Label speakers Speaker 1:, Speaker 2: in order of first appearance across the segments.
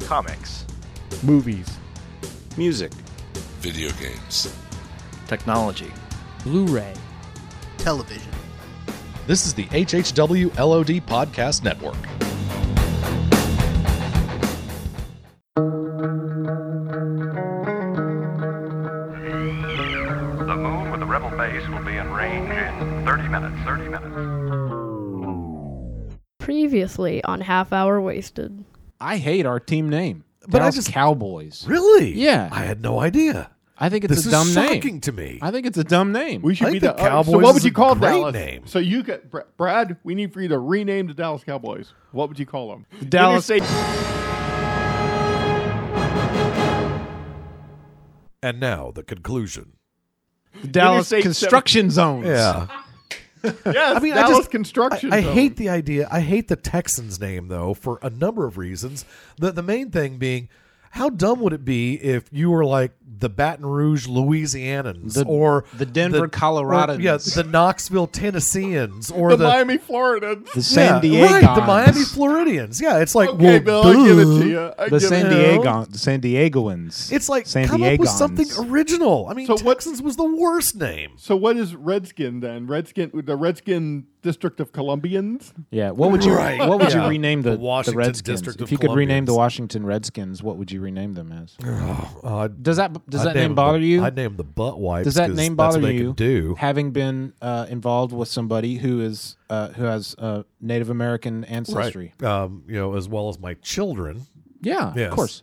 Speaker 1: comics,
Speaker 2: movies,
Speaker 3: music,
Speaker 4: video games.
Speaker 5: technology.
Speaker 6: Blu ray,
Speaker 7: television.
Speaker 8: This is the HHW LOD Podcast Network.
Speaker 9: The moon with the rebel base will be in range in 30 minutes. 30 minutes.
Speaker 10: Previously on Half Hour Wasted.
Speaker 2: I hate our team name.
Speaker 3: But I
Speaker 2: Dallas
Speaker 3: just-
Speaker 2: Cowboys.
Speaker 3: Really?
Speaker 2: Yeah.
Speaker 3: I had no idea.
Speaker 2: I think it's
Speaker 3: this
Speaker 2: a
Speaker 3: is
Speaker 2: dumb
Speaker 3: shocking
Speaker 2: name.
Speaker 3: to me.
Speaker 2: I think it's a dumb name.
Speaker 11: We should
Speaker 3: I
Speaker 11: be
Speaker 3: think
Speaker 11: the
Speaker 3: the
Speaker 11: uh, So
Speaker 3: Cowboys
Speaker 11: what
Speaker 3: is
Speaker 11: would you
Speaker 3: a
Speaker 11: call
Speaker 3: great
Speaker 11: Dallas?
Speaker 3: name.
Speaker 11: So you could, Br- Brad. We need for you to rename the Dallas Cowboys. What would you call them? When you
Speaker 2: Dallas-
Speaker 11: say-
Speaker 3: And now the conclusion.
Speaker 2: Dallas
Speaker 11: say
Speaker 2: Construction Zones.
Speaker 11: yes,
Speaker 3: I mean,
Speaker 11: Dallas
Speaker 3: I just,
Speaker 11: construction.
Speaker 3: I, I
Speaker 11: Zone.
Speaker 3: hate the idea. I hate the Texans name though for a number of reasons. The the main thing being, how dumb would it be if you were like the Baton Rouge Louisianans
Speaker 2: The-
Speaker 3: or
Speaker 2: the Denver Coloradans.
Speaker 3: or, yeah, the Knoxville Tennesseans or
Speaker 11: the,
Speaker 3: the,
Speaker 11: Miami Floridians.
Speaker 2: The San
Speaker 3: yeah,
Speaker 2: Diego.
Speaker 3: right, the Miami Floridians. Yeah, it's like
Speaker 11: Okay,
Speaker 3: well,
Speaker 11: Bill, I give it
Speaker 3: duh.
Speaker 11: to you. I
Speaker 2: The
Speaker 11: give
Speaker 2: San
Speaker 11: it.
Speaker 2: Diego, the San Diegoans.
Speaker 3: It's like
Speaker 2: San
Speaker 3: come
Speaker 2: Diegons.
Speaker 3: up with something original. I mean,
Speaker 11: So what-
Speaker 3: Texans was the worst name.
Speaker 11: So what is Redskin then? Redskin, the Redskin District of Columbians.
Speaker 2: Yeah. What would you
Speaker 3: Right.
Speaker 2: What would
Speaker 3: Yeah.
Speaker 2: you rename the,
Speaker 3: The Washington
Speaker 2: the Redskins?
Speaker 3: District
Speaker 2: if
Speaker 3: of
Speaker 2: you could rename
Speaker 3: Columbians.
Speaker 2: the Washington Redskins, what would you rename them as?
Speaker 3: Uh,
Speaker 2: Does that Does
Speaker 3: I'd
Speaker 2: that
Speaker 3: name
Speaker 2: name
Speaker 3: them
Speaker 2: bother
Speaker 3: the-
Speaker 2: you?
Speaker 3: I'd name them the butt wipes.
Speaker 2: Does that
Speaker 3: 'cause
Speaker 2: name
Speaker 3: that's what
Speaker 2: bother
Speaker 3: they
Speaker 2: you?
Speaker 3: can Do
Speaker 2: Having been uh, involved with somebody who is uh, who has uh, Native American ancestry.
Speaker 3: right? Um, you know, as well as my children.
Speaker 2: Yeah,
Speaker 3: Yes.
Speaker 2: of course.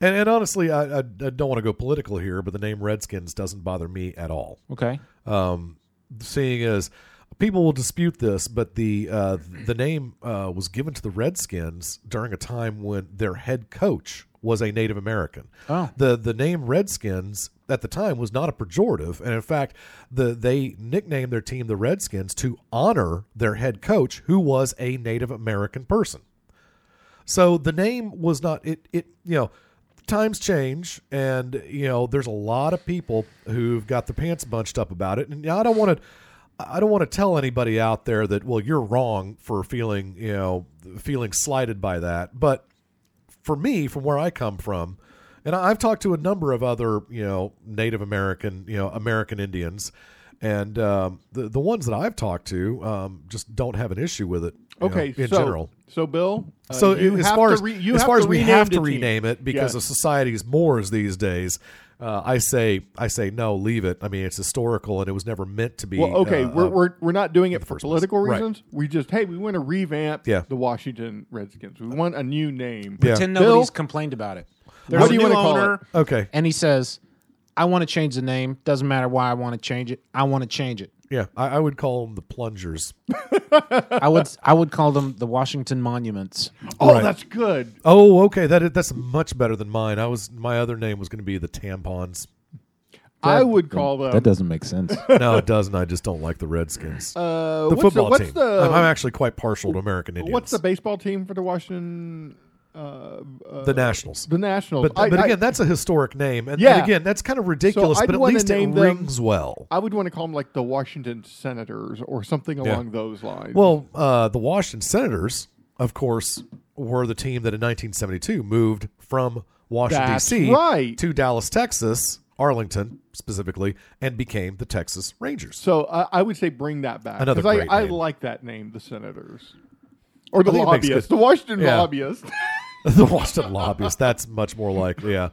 Speaker 3: And, and honestly, I, I, I don't want to go political here, but the name Redskins doesn't bother me at all.
Speaker 2: Okay.
Speaker 3: Um, seeing as people will dispute this, but the uh, the name uh, was given to the Redskins during a time when their head coach was a Native American.
Speaker 2: Oh.
Speaker 3: The the name Redskins at the time was not a pejorative, and in fact, the they nicknamed their team the Redskins to honor their head coach, who was a Native American person. So the name was not it it you know times change and you know there's a lot of people who've got their pants bunched up about it and I don't want to I don't want to tell anybody out there that well you're wrong for feeling you know feeling slighted by that but for me from where I come from and I- I've talked to a number of other you know Native American you know American Indians and um, the the ones that I've talked to um, just don't have an issue with it you know,
Speaker 11: Okay,
Speaker 3: in
Speaker 11: so,
Speaker 3: general
Speaker 11: So Bill, uh,
Speaker 3: so
Speaker 11: you
Speaker 3: as
Speaker 11: have
Speaker 3: far
Speaker 11: to
Speaker 3: as
Speaker 11: re- you
Speaker 3: as
Speaker 11: have
Speaker 3: far
Speaker 11: to
Speaker 3: as we have
Speaker 11: the
Speaker 3: to
Speaker 11: team.
Speaker 3: rename it because
Speaker 11: Yeah.
Speaker 3: of society's mores these days, uh, I say I say no, leave it. I mean, it's historical and it was never meant to be.
Speaker 11: Well, okay,
Speaker 3: uh,
Speaker 11: we're,
Speaker 3: uh,
Speaker 11: we're we're not doing it for
Speaker 3: first place.
Speaker 11: political
Speaker 3: Right.
Speaker 11: reasons. We just hey, we want to revamp
Speaker 3: Yeah.
Speaker 11: the Washington Redskins. We want a new name.
Speaker 3: Yeah.
Speaker 2: Pretend
Speaker 11: Bill?
Speaker 2: nobody's complained about it. There's
Speaker 11: What
Speaker 2: a
Speaker 11: do you
Speaker 2: new
Speaker 11: wanna call
Speaker 2: owner,
Speaker 3: okay.
Speaker 2: and he says, "I want to change the name. Doesn't matter why I want to change it. I want to change it.
Speaker 3: Yeah, I, I would call them the plungers.
Speaker 2: I would I would call them the Washington Monuments.
Speaker 11: Oh,
Speaker 3: Right.
Speaker 11: that's good.
Speaker 3: Oh, okay. That is, that's much better than mine. I was my other name was going to be the tampons.
Speaker 11: I would call them.
Speaker 2: That doesn't make sense.
Speaker 3: No, it doesn't. I just don't like the Redskins.
Speaker 11: uh,
Speaker 3: the
Speaker 11: what's
Speaker 3: football
Speaker 11: the, what's
Speaker 3: team. Oh,
Speaker 11: The,
Speaker 3: I'm, I'm actually quite partial to American Indians.
Speaker 11: what's the baseball team for the Washington? Uh, uh,
Speaker 3: the Nationals?
Speaker 11: the Nationals.
Speaker 3: But,
Speaker 11: I,
Speaker 3: but
Speaker 11: I-
Speaker 3: again, that's a historic name, and, and
Speaker 11: Yeah.
Speaker 3: again, that's kind of ridiculous.
Speaker 11: I'd
Speaker 3: but at
Speaker 11: wanna
Speaker 3: least
Speaker 11: name
Speaker 3: it
Speaker 11: them-
Speaker 3: rings well.
Speaker 11: I would want to call them like the Washington Senators or something
Speaker 3: Yeah.
Speaker 11: along those lines.
Speaker 3: Well, uh, the Washington Senators, of course, were the team that in 1972 moved from Washington
Speaker 2: That's
Speaker 3: D.C.
Speaker 11: right.
Speaker 3: to Dallas, Texas, Arlington specifically, and became the Texas Rangers.
Speaker 11: so I I would say bring that back
Speaker 3: Another
Speaker 11: 'cause I,
Speaker 3: great
Speaker 11: I
Speaker 3: name.
Speaker 11: like that name, the Senators, or the
Speaker 3: think it makes
Speaker 11: lobbyists, the
Speaker 3: good-
Speaker 11: Washington
Speaker 3: Yeah.
Speaker 11: lobbyists.
Speaker 3: the Washington Lobbyists. That's much more like yeah,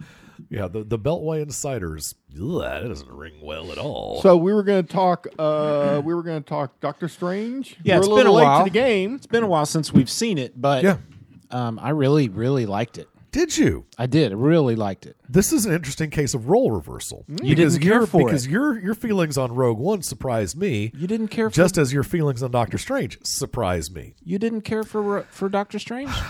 Speaker 3: yeah. The the Beltway Insiders. Ugh, that doesn't ring well at all.
Speaker 11: So we were going to talk. Uh, we were going to talk Doctor Strange.
Speaker 2: Yeah,
Speaker 11: You're
Speaker 2: it's
Speaker 11: a little
Speaker 2: been a
Speaker 11: late
Speaker 2: while.
Speaker 11: to the game.
Speaker 2: it's been a while since we've seen it, but
Speaker 3: Yeah.
Speaker 2: um, I really really liked it.
Speaker 3: Did you?
Speaker 2: I did. I really liked it.
Speaker 3: This is an interesting case of role reversal.
Speaker 11: Mm.
Speaker 2: You didn't care
Speaker 3: your-
Speaker 2: for
Speaker 3: because
Speaker 2: it.
Speaker 3: your your feelings on Rogue One surprised me.
Speaker 2: You didn't care for
Speaker 3: just as your feelings on Doctor Strange surprised me.
Speaker 2: You didn't care for for Doctor Strange.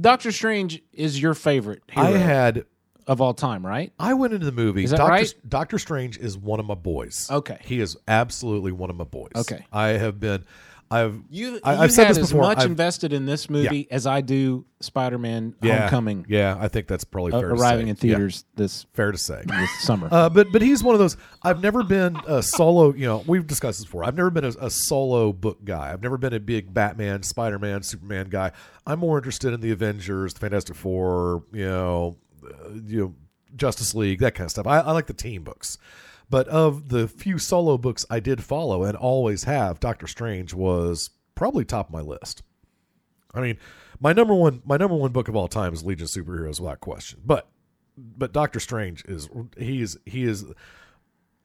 Speaker 2: Doctor Strange is your favorite hero
Speaker 3: I had
Speaker 2: of all time, right?
Speaker 3: I went into the movie.
Speaker 2: Is that
Speaker 3: Doctor,
Speaker 2: right?
Speaker 3: Doctor Strange is one of my boys.
Speaker 2: Okay.
Speaker 3: he is absolutely one of my boys.
Speaker 2: Okay.
Speaker 3: I have been. I've
Speaker 2: You,
Speaker 3: I,
Speaker 2: you
Speaker 3: I've said
Speaker 2: had
Speaker 3: this
Speaker 2: as
Speaker 3: before.
Speaker 2: much
Speaker 3: I've-
Speaker 2: invested in this movie as I do Spider-Man:
Speaker 3: yeah,
Speaker 2: Homecoming
Speaker 3: Yeah, I think that's probably
Speaker 2: uh,
Speaker 3: fair
Speaker 2: arriving
Speaker 3: to say.
Speaker 2: in
Speaker 3: Yeah,
Speaker 2: theaters this
Speaker 3: fair to say.
Speaker 2: this summer.
Speaker 3: Uh, but but he's one of those. I've never been a solo. You know, we've discussed this before. I've never been a, a solo book guy. I've never been a big Batman, Spider Man, Superman guy. I'm more interested in the Avengers, the Fantastic Four. You know, uh, you know, Justice League, that kind of stuff. I, I like the team books. But of the few solo books I did follow and always have, Doctor Strange was probably top of my list. I mean, my number one my number one book of all time is Legion of Superheroes without question. But but Doctor Strange is he is he is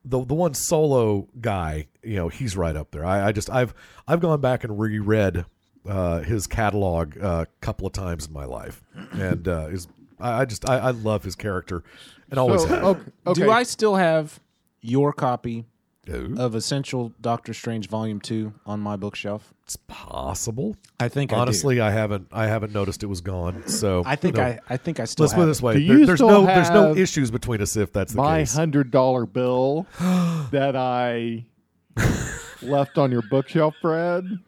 Speaker 3: the the one solo guy, you know, he's right up there. I, I just I've I've gone back and reread uh, his catalog a couple of times in my life, and uh, is I, I just I, I love his character, and always
Speaker 11: So,
Speaker 3: have.
Speaker 11: okay, okay.
Speaker 2: Do I still have your copy
Speaker 3: Ooh,
Speaker 2: of Essential Doctor Strange Volume Two on my bookshelf?
Speaker 3: it's possible.
Speaker 2: I think
Speaker 3: Honestly, I, haven't I haven't noticed it was gone. So
Speaker 2: I, think
Speaker 3: no.
Speaker 2: I I think I still
Speaker 3: Let's
Speaker 2: have
Speaker 3: put it
Speaker 2: it.
Speaker 3: this way:
Speaker 11: Do
Speaker 3: there-
Speaker 11: you
Speaker 3: there's
Speaker 11: still
Speaker 3: no there's no
Speaker 11: have
Speaker 3: issues between us if that's the
Speaker 11: my
Speaker 3: case.
Speaker 11: hundred dollar bill that I left on your bookshelf, Fred?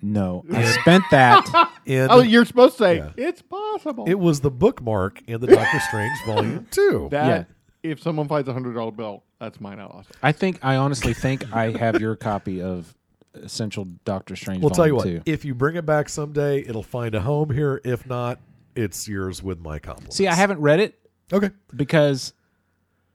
Speaker 2: No, I spent that.
Speaker 3: In-
Speaker 11: Oh, you're supposed to say it's possible
Speaker 3: it was the bookmark in the Doctor Strange volume two.
Speaker 11: that if someone finds a hundred dollar bill, that's mine. I lost.
Speaker 2: I think I honestly think I have your copy of Essential Doctor Strange.
Speaker 3: We'll tell you
Speaker 2: Volume
Speaker 3: what:
Speaker 2: Two.
Speaker 3: if you bring it back someday, it'll find a home here. If not, it's yours with my compliments.
Speaker 2: See, I haven't read it
Speaker 3: Okay,
Speaker 2: because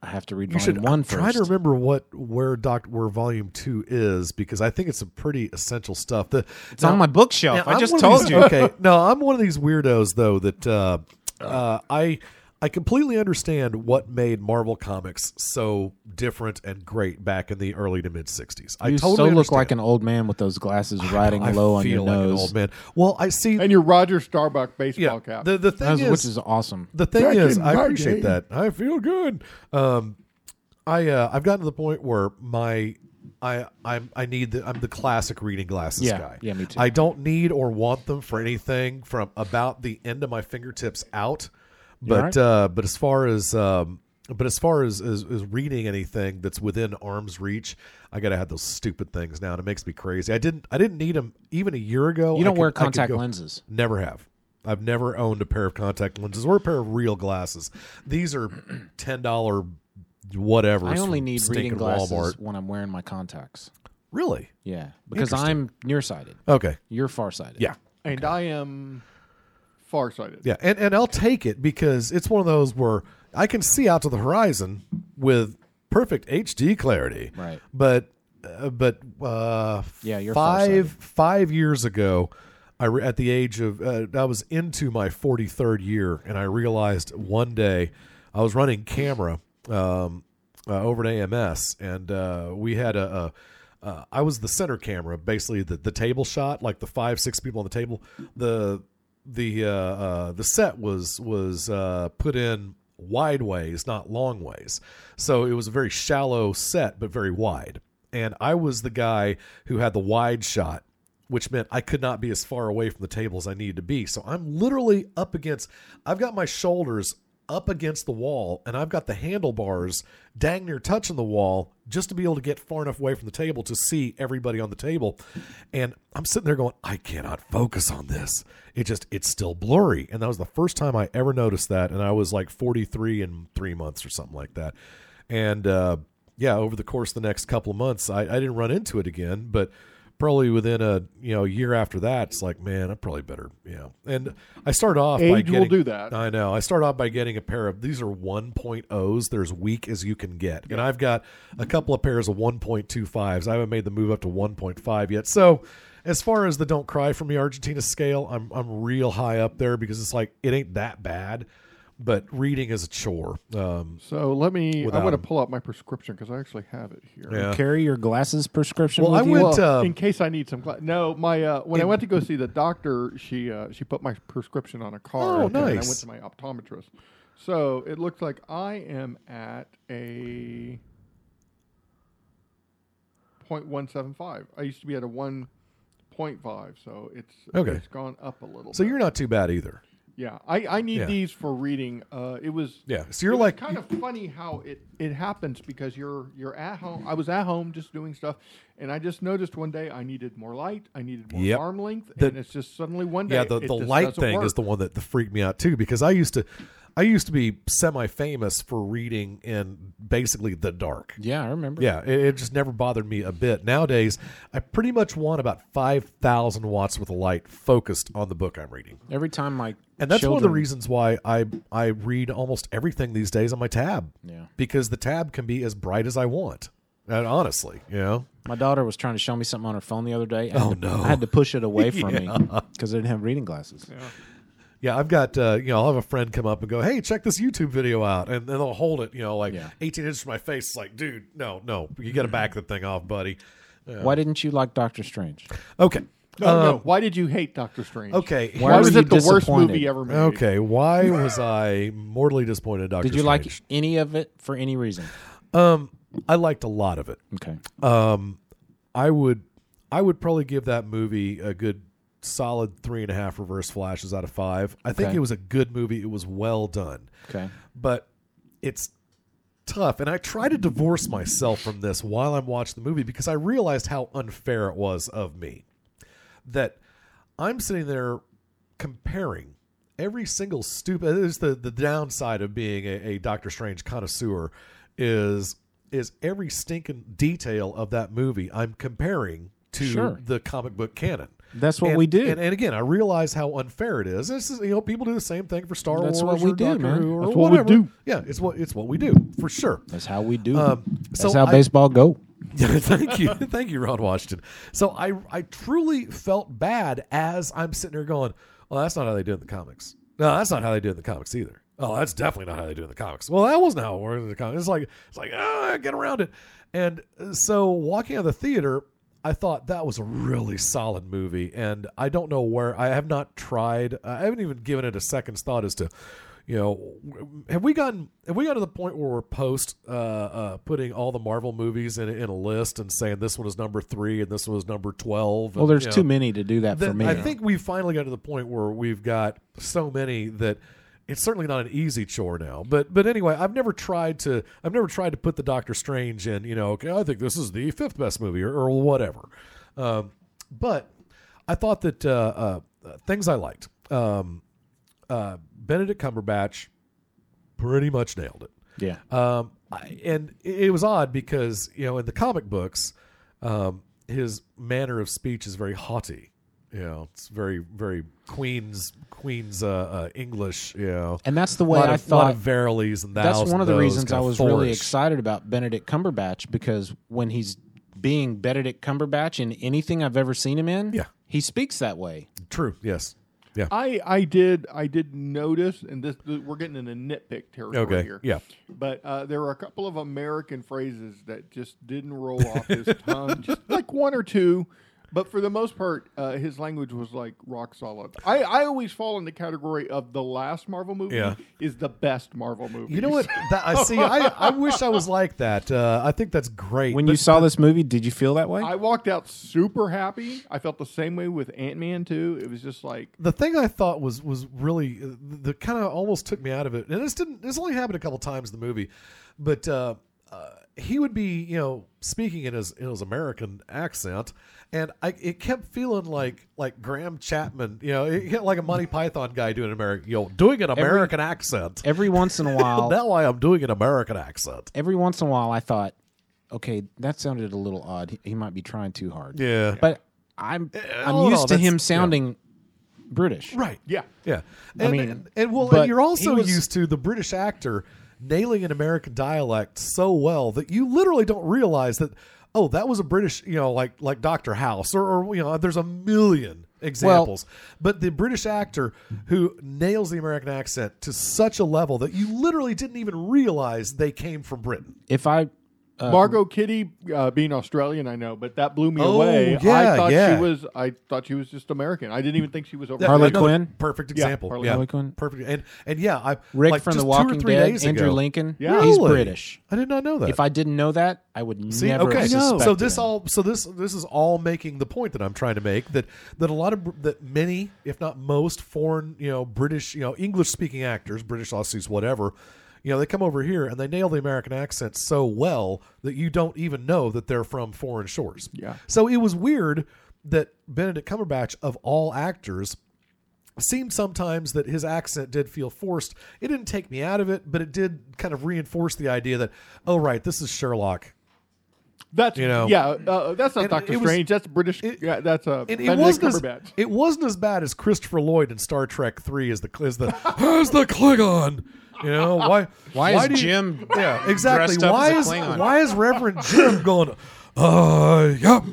Speaker 2: I have to read
Speaker 3: you
Speaker 2: Volume
Speaker 3: should
Speaker 2: One
Speaker 3: I'm
Speaker 2: first.
Speaker 3: trying to remember what where Doc where volume two is because I think it's some pretty essential stuff. The,
Speaker 2: it's on my bookshelf.
Speaker 3: Now,
Speaker 2: I
Speaker 3: I'm
Speaker 2: just
Speaker 3: one of
Speaker 2: told
Speaker 3: these-
Speaker 2: you.
Speaker 3: Okay, no, I'm one of these weirdos though that uh, uh, I I completely understand what made Marvel comics so different and great back in the early to mid '60s. I
Speaker 2: you
Speaker 3: totally
Speaker 2: so look
Speaker 3: understand.
Speaker 2: like an old man with those glasses riding
Speaker 3: I
Speaker 2: low on
Speaker 3: feel
Speaker 2: your
Speaker 3: like an
Speaker 2: nose,
Speaker 3: old man. Well, I see.
Speaker 11: And your Roger Starbuck
Speaker 3: yeah,
Speaker 11: baseball cap.
Speaker 3: the the
Speaker 2: That
Speaker 3: thing
Speaker 2: was-
Speaker 3: is,
Speaker 2: which is awesome.
Speaker 3: the thing
Speaker 11: Back
Speaker 3: is,
Speaker 11: in
Speaker 3: I
Speaker 11: my
Speaker 3: appreciate
Speaker 11: day.
Speaker 3: that. I feel good. Um, I uh, I've gotten to the point where my I I'm I need the I'm the classic reading glasses
Speaker 2: Yeah.
Speaker 3: guy.
Speaker 2: Yeah, me too.
Speaker 3: I don't need or want them for anything from about the end of my fingertips out. But
Speaker 2: alright?
Speaker 3: uh, but as far as um, but as far as, as as reading anything that's within arm's reach, I gotta have those stupid things now, and it makes me crazy. I didn't I didn't need them even a year ago.
Speaker 2: You don't
Speaker 3: I could-
Speaker 2: wear
Speaker 3: I could
Speaker 2: contact
Speaker 3: go-
Speaker 2: lenses.
Speaker 3: Never have. I've never owned a pair of contact lenses or a pair of real glasses. These are ten dollar whatever.
Speaker 2: I only need reading glasses
Speaker 3: Walmart.
Speaker 2: when I'm wearing my contacts.
Speaker 3: Really?
Speaker 2: Yeah, because I'm nearsighted.
Speaker 3: Okay.
Speaker 2: You're farsighted.
Speaker 3: Yeah.
Speaker 11: and I am farsighted.
Speaker 3: Yeah. And and I'll take it because it's one of those where I can see out to the horizon with perfect HD clarity.
Speaker 2: Right.
Speaker 3: But uh, but uh,
Speaker 2: Yeah, you're
Speaker 3: five
Speaker 2: farsighted.
Speaker 3: five years ago. I re- at the age of uh, I was into my 43rd year, and I realized one day I was running camera um, uh, over at AMS, and uh, we had a, a uh, I was the center camera, basically the the table shot, like the five six people on the table. the the uh, uh, The set was was uh, put in wide ways, not long ways, so it was a very shallow set, but very wide. And I was the guy who had the wide shot which meant I could not be as far away from the table as I needed to be. So I'm literally up against, I've got my shoulders up against the wall and I've got the handlebars dang near touching the wall just to be able to get far enough away from the table to see everybody on the table. And I'm sitting there going, I cannot focus on this. It just, it's still blurry. And that was the first time I ever noticed that. And I was like 43 in three months or something like that. And, uh, yeah, over the course of the next couple of months, I, I didn't run into it again, but probably within a you know year after that, it's like, man, I'm probably better, you know. And I started off by
Speaker 11: Age will
Speaker 3: getting,
Speaker 11: do that.
Speaker 3: I know. I started off by getting a pair of these are 1.0s. They're as weak as you can get, and I've got a couple of pairs of 1.25s. I haven't made the move up to 1.5 yet, so. As far as the "Don't Cry for Me" Argentina scale, I'm I'm real high up there because it's like it ain't that bad, but reading is a chore. Um,
Speaker 11: So let me.
Speaker 3: Without
Speaker 11: I'm going to
Speaker 3: them.
Speaker 11: pull out my prescription because I actually have it here.
Speaker 3: yeah.
Speaker 2: Carry your glasses prescription
Speaker 3: Well,
Speaker 2: with
Speaker 3: I
Speaker 2: you.
Speaker 3: went-
Speaker 11: Well,
Speaker 3: uh,
Speaker 11: in case I need some. Gla- no, my uh, when I went to go see the doctor, she uh, she put my prescription on a card.
Speaker 3: Oh,
Speaker 11: and I
Speaker 3: nice.
Speaker 11: went to my optometrist. So it looks like I am at a 0.175. I used to be at a 1.5, so it's
Speaker 3: Okay.
Speaker 11: it's gone up a little.
Speaker 3: So
Speaker 11: bit.
Speaker 3: you're not too bad either.
Speaker 11: Yeah, I, I need
Speaker 3: Yeah.
Speaker 11: these for reading. Uh, it was
Speaker 3: Yeah, so you're
Speaker 11: it was
Speaker 3: like-
Speaker 11: kind of funny how it, it happens because you're you're at home. I was at home just doing stuff, and I just noticed one day I needed more light. I needed more
Speaker 3: Yep.
Speaker 11: arm length,
Speaker 3: The-
Speaker 11: and it's just suddenly one day.
Speaker 3: Yeah, the,
Speaker 11: it
Speaker 3: the
Speaker 11: just
Speaker 3: light
Speaker 11: doesn't
Speaker 3: thing
Speaker 11: work.
Speaker 3: is the one that, that freaked me out too because I used to I used to be semi famous for reading in basically the dark.
Speaker 2: Yeah, I remember.
Speaker 3: Yeah, it, it just never bothered me a bit. Nowadays, I pretty much want about five thousand watts with of light focused on the book I'm reading,
Speaker 2: Every time my
Speaker 3: and that's one of the
Speaker 2: children-
Speaker 3: reasons why I I read almost everything these days on my tab.
Speaker 2: Yeah.
Speaker 3: because the tab can be as bright as I want. And honestly, you know,
Speaker 2: My daughter was trying to show me something on her phone the other day. I had
Speaker 3: Oh,
Speaker 2: to-
Speaker 3: no.
Speaker 2: I had to push it away from me because I didn't have reading glasses.
Speaker 3: Yeah, I've got uh, you know I'll have a friend come up and go, "Hey, check this YouTube video out," and then they'll hold it, you know, like
Speaker 2: Yeah. Mm-hmm.
Speaker 3: eighteen inches from my face. It's like, dude, no, no, you got to back that thing off, buddy.
Speaker 2: Why didn't you like Doctor Strange?
Speaker 3: Okay,
Speaker 11: No, no. Why did you hate Doctor Strange?
Speaker 3: Um, okay,
Speaker 2: Why
Speaker 11: Why
Speaker 2: were
Speaker 11: was
Speaker 2: you
Speaker 11: it the worst
Speaker 2: disappointed?
Speaker 11: movie ever made?
Speaker 3: okay. Why was I mortally disappointed, Doctor?
Speaker 2: Did you like any of it for any reason?
Speaker 3: Um, I liked a lot of it.
Speaker 2: Okay.
Speaker 3: I would, I would probably give that movie a good solid three and a half reverse flashes out of five. I think
Speaker 2: Okay.
Speaker 3: it was a good movie. It was well done.
Speaker 2: Okay.
Speaker 3: but it's tough. And I try to divorce myself from this while I'm watching the movie because I realized how unfair it was of me. That I'm sitting there comparing every single stupid this is the, the downside of being a, a Doctor Strange connoisseur is is every stinking detail of that movie I'm comparing to
Speaker 2: Sure.
Speaker 3: the comic book canon.
Speaker 2: That's what
Speaker 3: And-
Speaker 2: we do.
Speaker 3: And, and again, I realize how unfair it is. This is you know people do the same thing for Star
Speaker 2: That's what
Speaker 3: Wars
Speaker 2: we
Speaker 3: or
Speaker 2: do,
Speaker 3: Doctor
Speaker 2: man.
Speaker 3: Who or
Speaker 11: That's what we
Speaker 3: whatever.
Speaker 11: do.
Speaker 3: Yeah, it's what it's what we do for sure.
Speaker 2: That's how we do.
Speaker 3: Um,
Speaker 2: it.
Speaker 3: so
Speaker 2: That's how
Speaker 3: I-
Speaker 2: baseball go.
Speaker 3: thank you, thank you, Ron Washington. So I I truly felt bad as I'm sitting there going, well, that's not how they do it in the comics. No, that's not how they do it in the comics either. Oh, that's definitely not how they do it in the comics. Well, that wasn't how it worked in the comics. It's like it's like ah, get around it. And uh, so walking out of the theater, I thought that was a really solid movie, and I don't know where I have not tried. I haven't even given it a second's thought as to, you know, have we gotten have we gotten to the point where we're post uh, uh, putting all the Marvel movies in, in a list and saying this one is number three and this one is number twelve.
Speaker 2: Well,
Speaker 3: and,
Speaker 2: there's
Speaker 3: you know,
Speaker 2: too many to do that
Speaker 3: that-
Speaker 2: for me.
Speaker 3: I think we finally got to the point where we've got so many that it's certainly not an easy chore now. But but anyway, I've never tried to I've never tried to put the Doctor Strange in. You know, okay, I think this is the fifth best movie or, or whatever. Um, but I thought that uh, uh, things I liked. Um, uh, Benedict Cumberbatch pretty much nailed it.
Speaker 2: Yeah.
Speaker 3: Um, I, and it it was odd because you know in the comic books, um, his manner of speech is very haughty. You know, it's very very Queen's Queen's uh, uh, English. You know,
Speaker 2: And that's the way
Speaker 3: lot
Speaker 2: I
Speaker 3: of,
Speaker 2: thought.
Speaker 3: Lot of veriles and thous
Speaker 2: that's one
Speaker 3: and
Speaker 2: of the
Speaker 3: those,
Speaker 2: reasons I
Speaker 3: kinda
Speaker 2: was
Speaker 3: fourish.
Speaker 2: really excited about Benedict Cumberbatch because when he's being Benedict Cumberbatch in anything I've ever seen him in,
Speaker 3: Yeah.
Speaker 2: he speaks that way.
Speaker 3: True. Yes. Yeah.
Speaker 11: I I did I did notice, and this th- we're getting into nitpick territory
Speaker 3: okay.
Speaker 11: here.
Speaker 3: Yeah.
Speaker 11: But uh, there were a couple of American phrases that just didn't roll off his tongue, just like one or two. But for the most part, uh, his language was like rock solid. I, I always fall in the category of the last Marvel movie
Speaker 3: Yeah.
Speaker 11: is the best Marvel movie.
Speaker 3: You know what? That, I see. I, I wish I was like that. Uh, I think that's great.
Speaker 2: When
Speaker 3: But-
Speaker 2: you saw this movie, did you feel that way?
Speaker 11: I walked out super happy. I felt the same way with Ant Man too. It was just like
Speaker 3: the thing I thought was was really uh, the, the kind of almost took me out of it, and this didn't. This only happened a couple times in the movie, but uh, uh, he would be you know speaking in his in his American accent, and I it kept feeling like like Graham Chapman, you know, it, like a Monty Python guy doing an American, you know, doing an American accent.
Speaker 2: every once in a while,
Speaker 3: That's why I'm doing an American accent.
Speaker 2: every once in a while, I thought, okay, that sounded a little odd. He, he might be trying too hard.
Speaker 3: Yeah, Eh,
Speaker 2: But I'm I'm
Speaker 3: all in
Speaker 2: used
Speaker 3: all,
Speaker 2: to
Speaker 3: that's-
Speaker 2: him
Speaker 3: yeah.
Speaker 2: sounding British.
Speaker 3: right.
Speaker 11: yeah.
Speaker 3: Yeah. And,
Speaker 2: I mean,
Speaker 3: and, and well,
Speaker 2: but
Speaker 3: and you're also
Speaker 2: he was-
Speaker 3: used to the British actor nailing an American dialect so well that you literally don't realize that, oh, that was a British, you know, like like Dr. House or, or you know, there's a million examples. but the British actor who nails the American accent to such a level that you literally didn't even realize they came from Britain.
Speaker 2: If I
Speaker 11: Margot Kitty uh, being Australian, I know, but that blew me
Speaker 3: Oh,
Speaker 11: away.
Speaker 3: yeah,
Speaker 11: I thought
Speaker 3: yeah.
Speaker 11: she was. I thought she was just American. I didn't even think she was over.
Speaker 2: Harley
Speaker 3: Another
Speaker 2: Quinn?
Speaker 3: Perfect
Speaker 11: Yeah,
Speaker 3: example.
Speaker 11: Harley
Speaker 3: yeah,
Speaker 2: Harley Quinn.
Speaker 3: Perfect. And and yeah, I
Speaker 2: Rick
Speaker 3: like
Speaker 2: from The
Speaker 3: just two or
Speaker 2: Walking
Speaker 3: three
Speaker 2: Dead,
Speaker 3: days
Speaker 2: Andrew
Speaker 3: ago-
Speaker 2: Lincoln.
Speaker 11: Yeah.
Speaker 2: He's
Speaker 3: Really?
Speaker 2: British.
Speaker 3: I did not know that.
Speaker 2: If I didn't know that, I would
Speaker 3: See,
Speaker 2: never
Speaker 3: okay,
Speaker 2: have suspected
Speaker 3: so this
Speaker 2: him.
Speaker 3: all so this this is all making the point that I'm trying to make that that a lot of that many, if not most, foreign you know British you know English speaking actors, British Aussies, whatever, you know they come over here and they nail the American accent so well that you don't even know that they're from foreign shores.
Speaker 11: Yeah.
Speaker 3: So it was weird that Benedict Cumberbatch of all actors seemed sometimes that his accent did feel forced. It didn't take me out of it, but it did kind of reinforce the idea that oh right, this is Sherlock.
Speaker 11: That's
Speaker 3: You know.
Speaker 11: Yeah, uh, that's not
Speaker 3: And
Speaker 11: Doctor
Speaker 3: it was-
Speaker 11: Strange. that's British.
Speaker 3: it-
Speaker 11: yeah, that's a
Speaker 3: And it
Speaker 11: Benedict
Speaker 3: wasn't as,
Speaker 11: Cumberbatch.
Speaker 3: it wasn't as bad as Christopher Lloyd in Star Trek Three as the as the as the Klingon. You know why?
Speaker 2: Why is
Speaker 3: do you-
Speaker 2: Jim
Speaker 3: Yeah, exactly.
Speaker 2: dressed up
Speaker 3: Why
Speaker 2: as
Speaker 3: is
Speaker 2: a Klingon?
Speaker 3: why is Reverend Jim going? Uh, yep.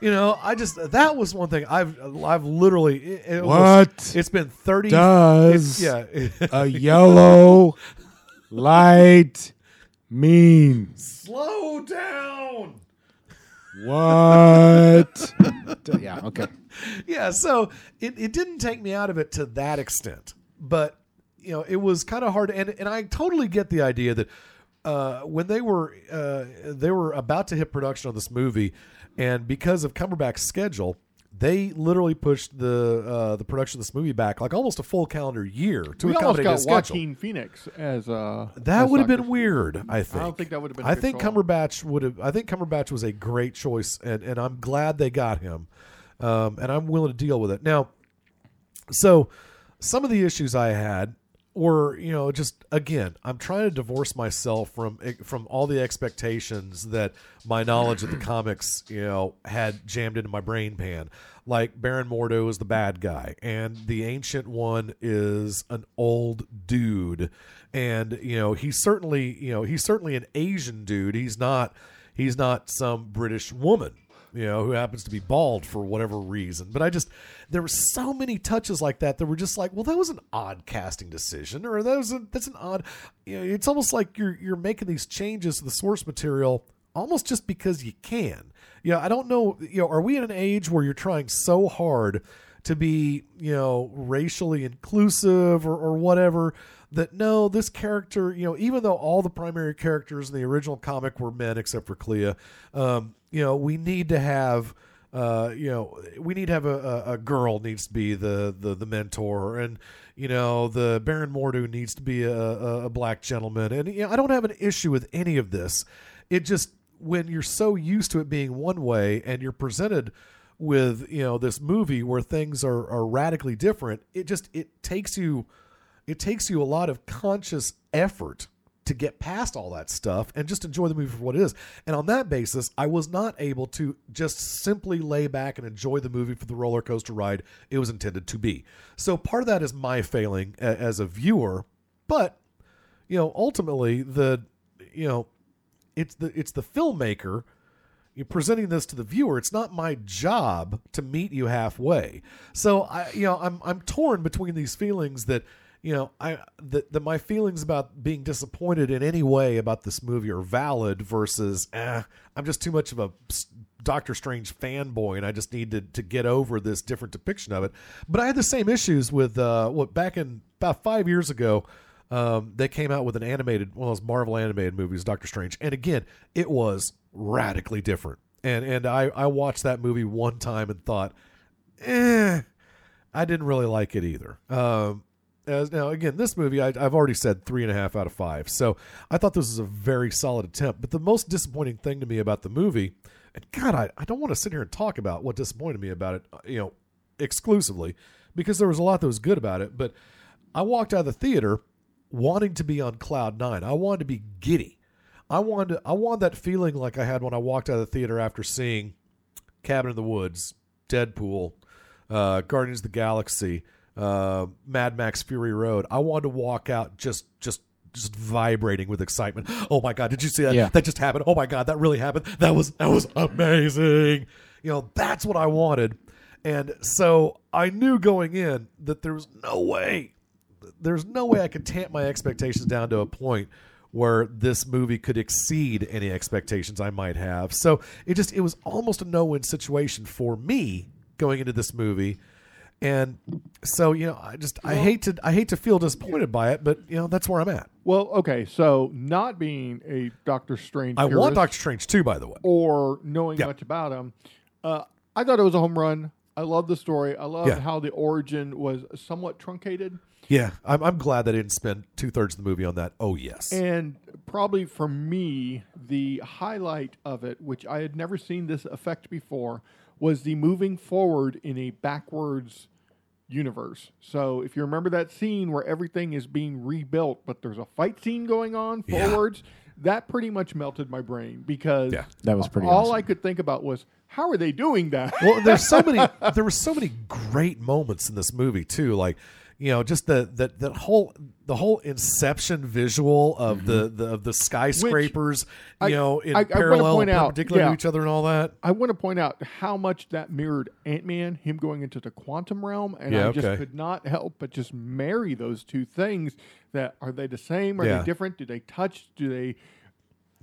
Speaker 3: You know, I just that was one thing I've I've literally it, it was-
Speaker 1: What
Speaker 3: it's been thirty
Speaker 1: does
Speaker 3: it's- yeah
Speaker 1: a yellow light mean?
Speaker 3: slow down
Speaker 1: What?
Speaker 2: yeah, okay.
Speaker 3: yeah so it, it didn't take me out of it to that extent but you know it was kind of hard and, and i totally get the idea that uh, when they were uh, they were about to hit production on this movie and because of cumberbatch's schedule they literally pushed the uh, the production of this movie back like almost a full calendar year to
Speaker 11: we almost
Speaker 3: accommodate
Speaker 11: got
Speaker 3: his schedule
Speaker 11: Joaquin Phoenix as uh,
Speaker 3: that
Speaker 11: as
Speaker 3: would have been
Speaker 11: Dr.
Speaker 3: weird. I think.
Speaker 11: think that would have been a
Speaker 3: I
Speaker 11: good
Speaker 3: think
Speaker 11: call.
Speaker 3: Cumberbatch would have. I think Cumberbatch was a great choice, and and I'm glad they got him, um, and I'm willing to deal with it now. So, some of the issues I had were, you know, just again, I'm trying to divorce myself from eh, from all the expectations that my knowledge of the comics, you know, had jammed into my brain pan. Like Baron Mordo is the bad guy, and the ancient one is an old dude, and you know he's certainly, you know, he's certainly an Asian dude. He's not, he's not some British woman you know, who happens to be bald for whatever reason. But I just, there were so many touches like that that were just like, well, that was an odd casting decision, or that was a, that's an odd. You know, it's almost like you're you're making these changes to the source material almost just because you can. You know, I don't know. You know, are we in an age where you're trying so hard to be, you know, racially inclusive or, or whatever? That no, this character, you know, even though all the primary characters in the original comic were men except for Clea, um, you know, we need to have, uh, you know, we need to have a, a, a girl needs to be the, the the mentor, and you know, the Baron Mordu needs to be a, a, a black gentleman, and you know, I don't have an issue with any of this. It just when you're so used to it being one way, and you're presented with you know this movie where things are are radically different, it just it takes you it takes you a lot of conscious effort to get past all that stuff and just enjoy the movie for what it is. And on that basis, I was not able to just simply lay back and enjoy the movie for the roller coaster ride it was intended to be. So part of that is my failing a- as a viewer, but you know, ultimately the you know, it's the it's the filmmaker you're presenting this to the viewer. It's not my job to meet you halfway. So I, you know, I'm I'm torn between these feelings that, you know, I that, that my feelings about being disappointed in any way about this movie are valid versus, eh, I'm just too much of a s- Doctor Strange fanboy and I just need to to get over this different depiction of it. But I had the same issues with uh, what back in about five years ago. Um, they came out with an animated one of those Marvel animated movies, Doctor Strange, and again, it was radically different. And and I I watched that movie one time and thought, eh, I didn't really like it either. Um, as now again, this movie I, I've already said three and a half out of five, so I thought this was a very solid attempt. But the most disappointing thing to me about the movie, and God, I, I don't want to sit here and talk about what disappointed me about it, you know, exclusively, because there was a lot that was good about it. But I walked out of the theater wanting to be on cloud nine. I wanted to be giddy. I wanted I wanted that feeling like I had when I walked out of the theater after seeing Cabin in the Woods, Deadpool, uh, Guardians of the Galaxy, uh, Mad Max Fury Road. I wanted to walk out just just just vibrating with excitement. Oh my god, did you see that?
Speaker 2: Yeah.
Speaker 3: That just happened. Oh my god, that really happened. That was that was amazing. You know, that's what I wanted. And so I knew going in that there was no way there's no way I could tamp my expectations down to a point where this movie could exceed any expectations I might have. So it just it was almost a no win situation for me going into this movie. And so, you know, I just I hate to I hate to feel disappointed by it, but you know, that's where I'm at.
Speaker 11: Well, okay, so not being a Doctor Strange,
Speaker 3: I
Speaker 11: purist
Speaker 3: want Doctor Strange too, by the way.
Speaker 11: or knowing
Speaker 3: Yeah.
Speaker 11: much about him, uh, I thought it was a home run. I love the story. I love
Speaker 3: Yeah.
Speaker 11: how the origin was somewhat truncated,
Speaker 3: Yeah, I'm, I'm glad they didn't spend two thirds of the movie on that. Oh yes,
Speaker 11: and probably for me, the highlight of it, which I had never seen this effect before, was the moving forward in a backwards universe. So if you remember that scene where everything is being rebuilt, but there's a fight scene going on
Speaker 3: Yeah.
Speaker 11: forwards, that pretty much melted my brain because
Speaker 3: Yeah.
Speaker 2: That was pretty
Speaker 11: all
Speaker 2: awesome.
Speaker 11: I could think about was how are they doing that?
Speaker 3: well, there's so many. There were so many great moments in this movie too. Like, you know, just the that that whole the whole Inception visual of the, the of the skyscrapers.
Speaker 11: Mm-hmm. I-
Speaker 3: you know, in
Speaker 11: I- I wanna
Speaker 3: parallel,
Speaker 11: point out,
Speaker 3: perpendicular to
Speaker 11: yeah.
Speaker 3: each other, and all that.
Speaker 11: I want to point out how much that mirrored Ant Man, him going into the quantum realm, and
Speaker 3: Yeah,
Speaker 11: I just
Speaker 3: okay.
Speaker 11: could not help but just marry those two things. That are they the same? Are
Speaker 3: Yeah.
Speaker 11: they different? Do they touch? Do they?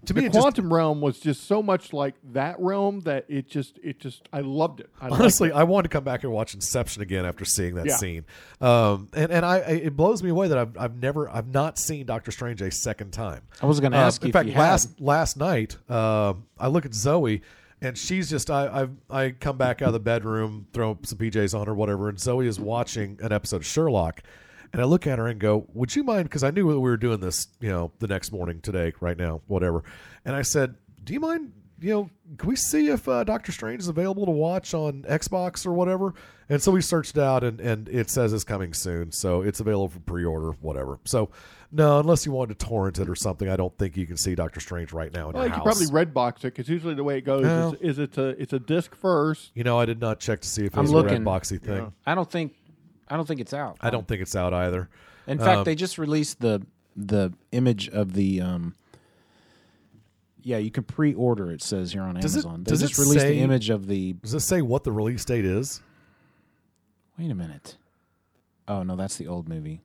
Speaker 3: To me,
Speaker 11: The
Speaker 3: it just
Speaker 11: quantum realm was just so much like that realm that it just, it just, I loved it. I loved
Speaker 3: honestly, I want to come back and watch Inception again after seeing that
Speaker 11: Yeah.
Speaker 3: scene. Um, and and I, I it blows me away that I've I've never I've not seen Doctor Strange a second time.
Speaker 2: I was gonna
Speaker 3: Uh,
Speaker 2: ask
Speaker 3: in
Speaker 2: if
Speaker 3: fact,
Speaker 2: you had.
Speaker 3: last last night, uh, I look at Zoe. And she's just I I I come back out of the bedroom, throw some PJs on or whatever, and Zoe is watching an episode of Sherlock, and I look at her and go, "Would you mind?" Because I knew that we were doing this, you know, the next morning, today, right now, whatever. And I said, "Do you mind you know, can we see if uh, Doctor Strange is available to watch on Xbox or whatever? And so we searched out, and, and it says it's coming soon, so it's available for pre-order, whatever. So, no, unless you wanted to torrent it or something, I don't think you can see Doctor Strange right now in
Speaker 11: Well,
Speaker 3: your
Speaker 11: you could
Speaker 3: house.
Speaker 11: probably red box it because usually the way it goes
Speaker 3: No.
Speaker 11: is, is it's a, it's a disc first.
Speaker 3: you know, I did not check to see if it
Speaker 2: I'm
Speaker 3: was a red
Speaker 2: looking.
Speaker 3: boxy thing.
Speaker 2: I don't think I don't think it's out.
Speaker 3: I don't think it's out either.
Speaker 2: In
Speaker 3: Uh,
Speaker 2: fact, they just released the the image of the um yeah, you can pre-order. It says here on
Speaker 3: Does it-
Speaker 2: Amazon. they
Speaker 3: does it
Speaker 2: just released
Speaker 3: say-
Speaker 2: the image of the.
Speaker 3: Does it say what the release date is?
Speaker 2: Wait a minute. Oh no, that's the old movie.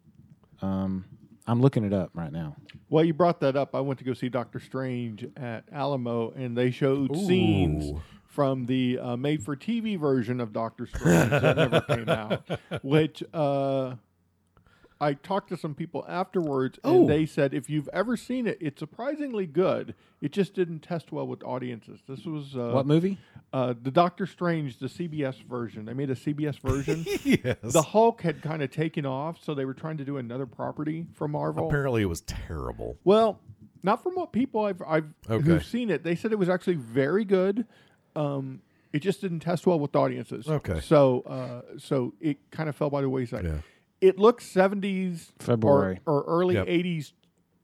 Speaker 2: Um, I'm looking it up right now.
Speaker 11: Well, you brought that up. I went to go see Doctor Strange at Alamo, and they showed scenes from the uh, made-for-TV version of Doctor Strange that never came out. Which uh, I talked to some people afterwards,
Speaker 3: Oh.
Speaker 11: and they said if you've ever seen it, it's surprisingly good. It just didn't test well with audiences. This was uh,
Speaker 2: what movie?
Speaker 11: uh, the Doctor Strange, the CBS version. They made a CBS version.
Speaker 3: Yes.
Speaker 11: the Hulk had kind of taken off, so they were trying to do another property for Marvel.
Speaker 3: Apparently, it was terrible.
Speaker 11: Well, not from what people I've I've
Speaker 3: Okay.
Speaker 11: who've seen it. They said it was actually very good. Um, it just didn't test well with audiences.
Speaker 3: Okay.
Speaker 11: So uh, so it kind of fell by the wayside.
Speaker 3: Yeah.
Speaker 11: It looks seventies
Speaker 2: February.
Speaker 11: or, or early
Speaker 3: Yep.
Speaker 11: eighties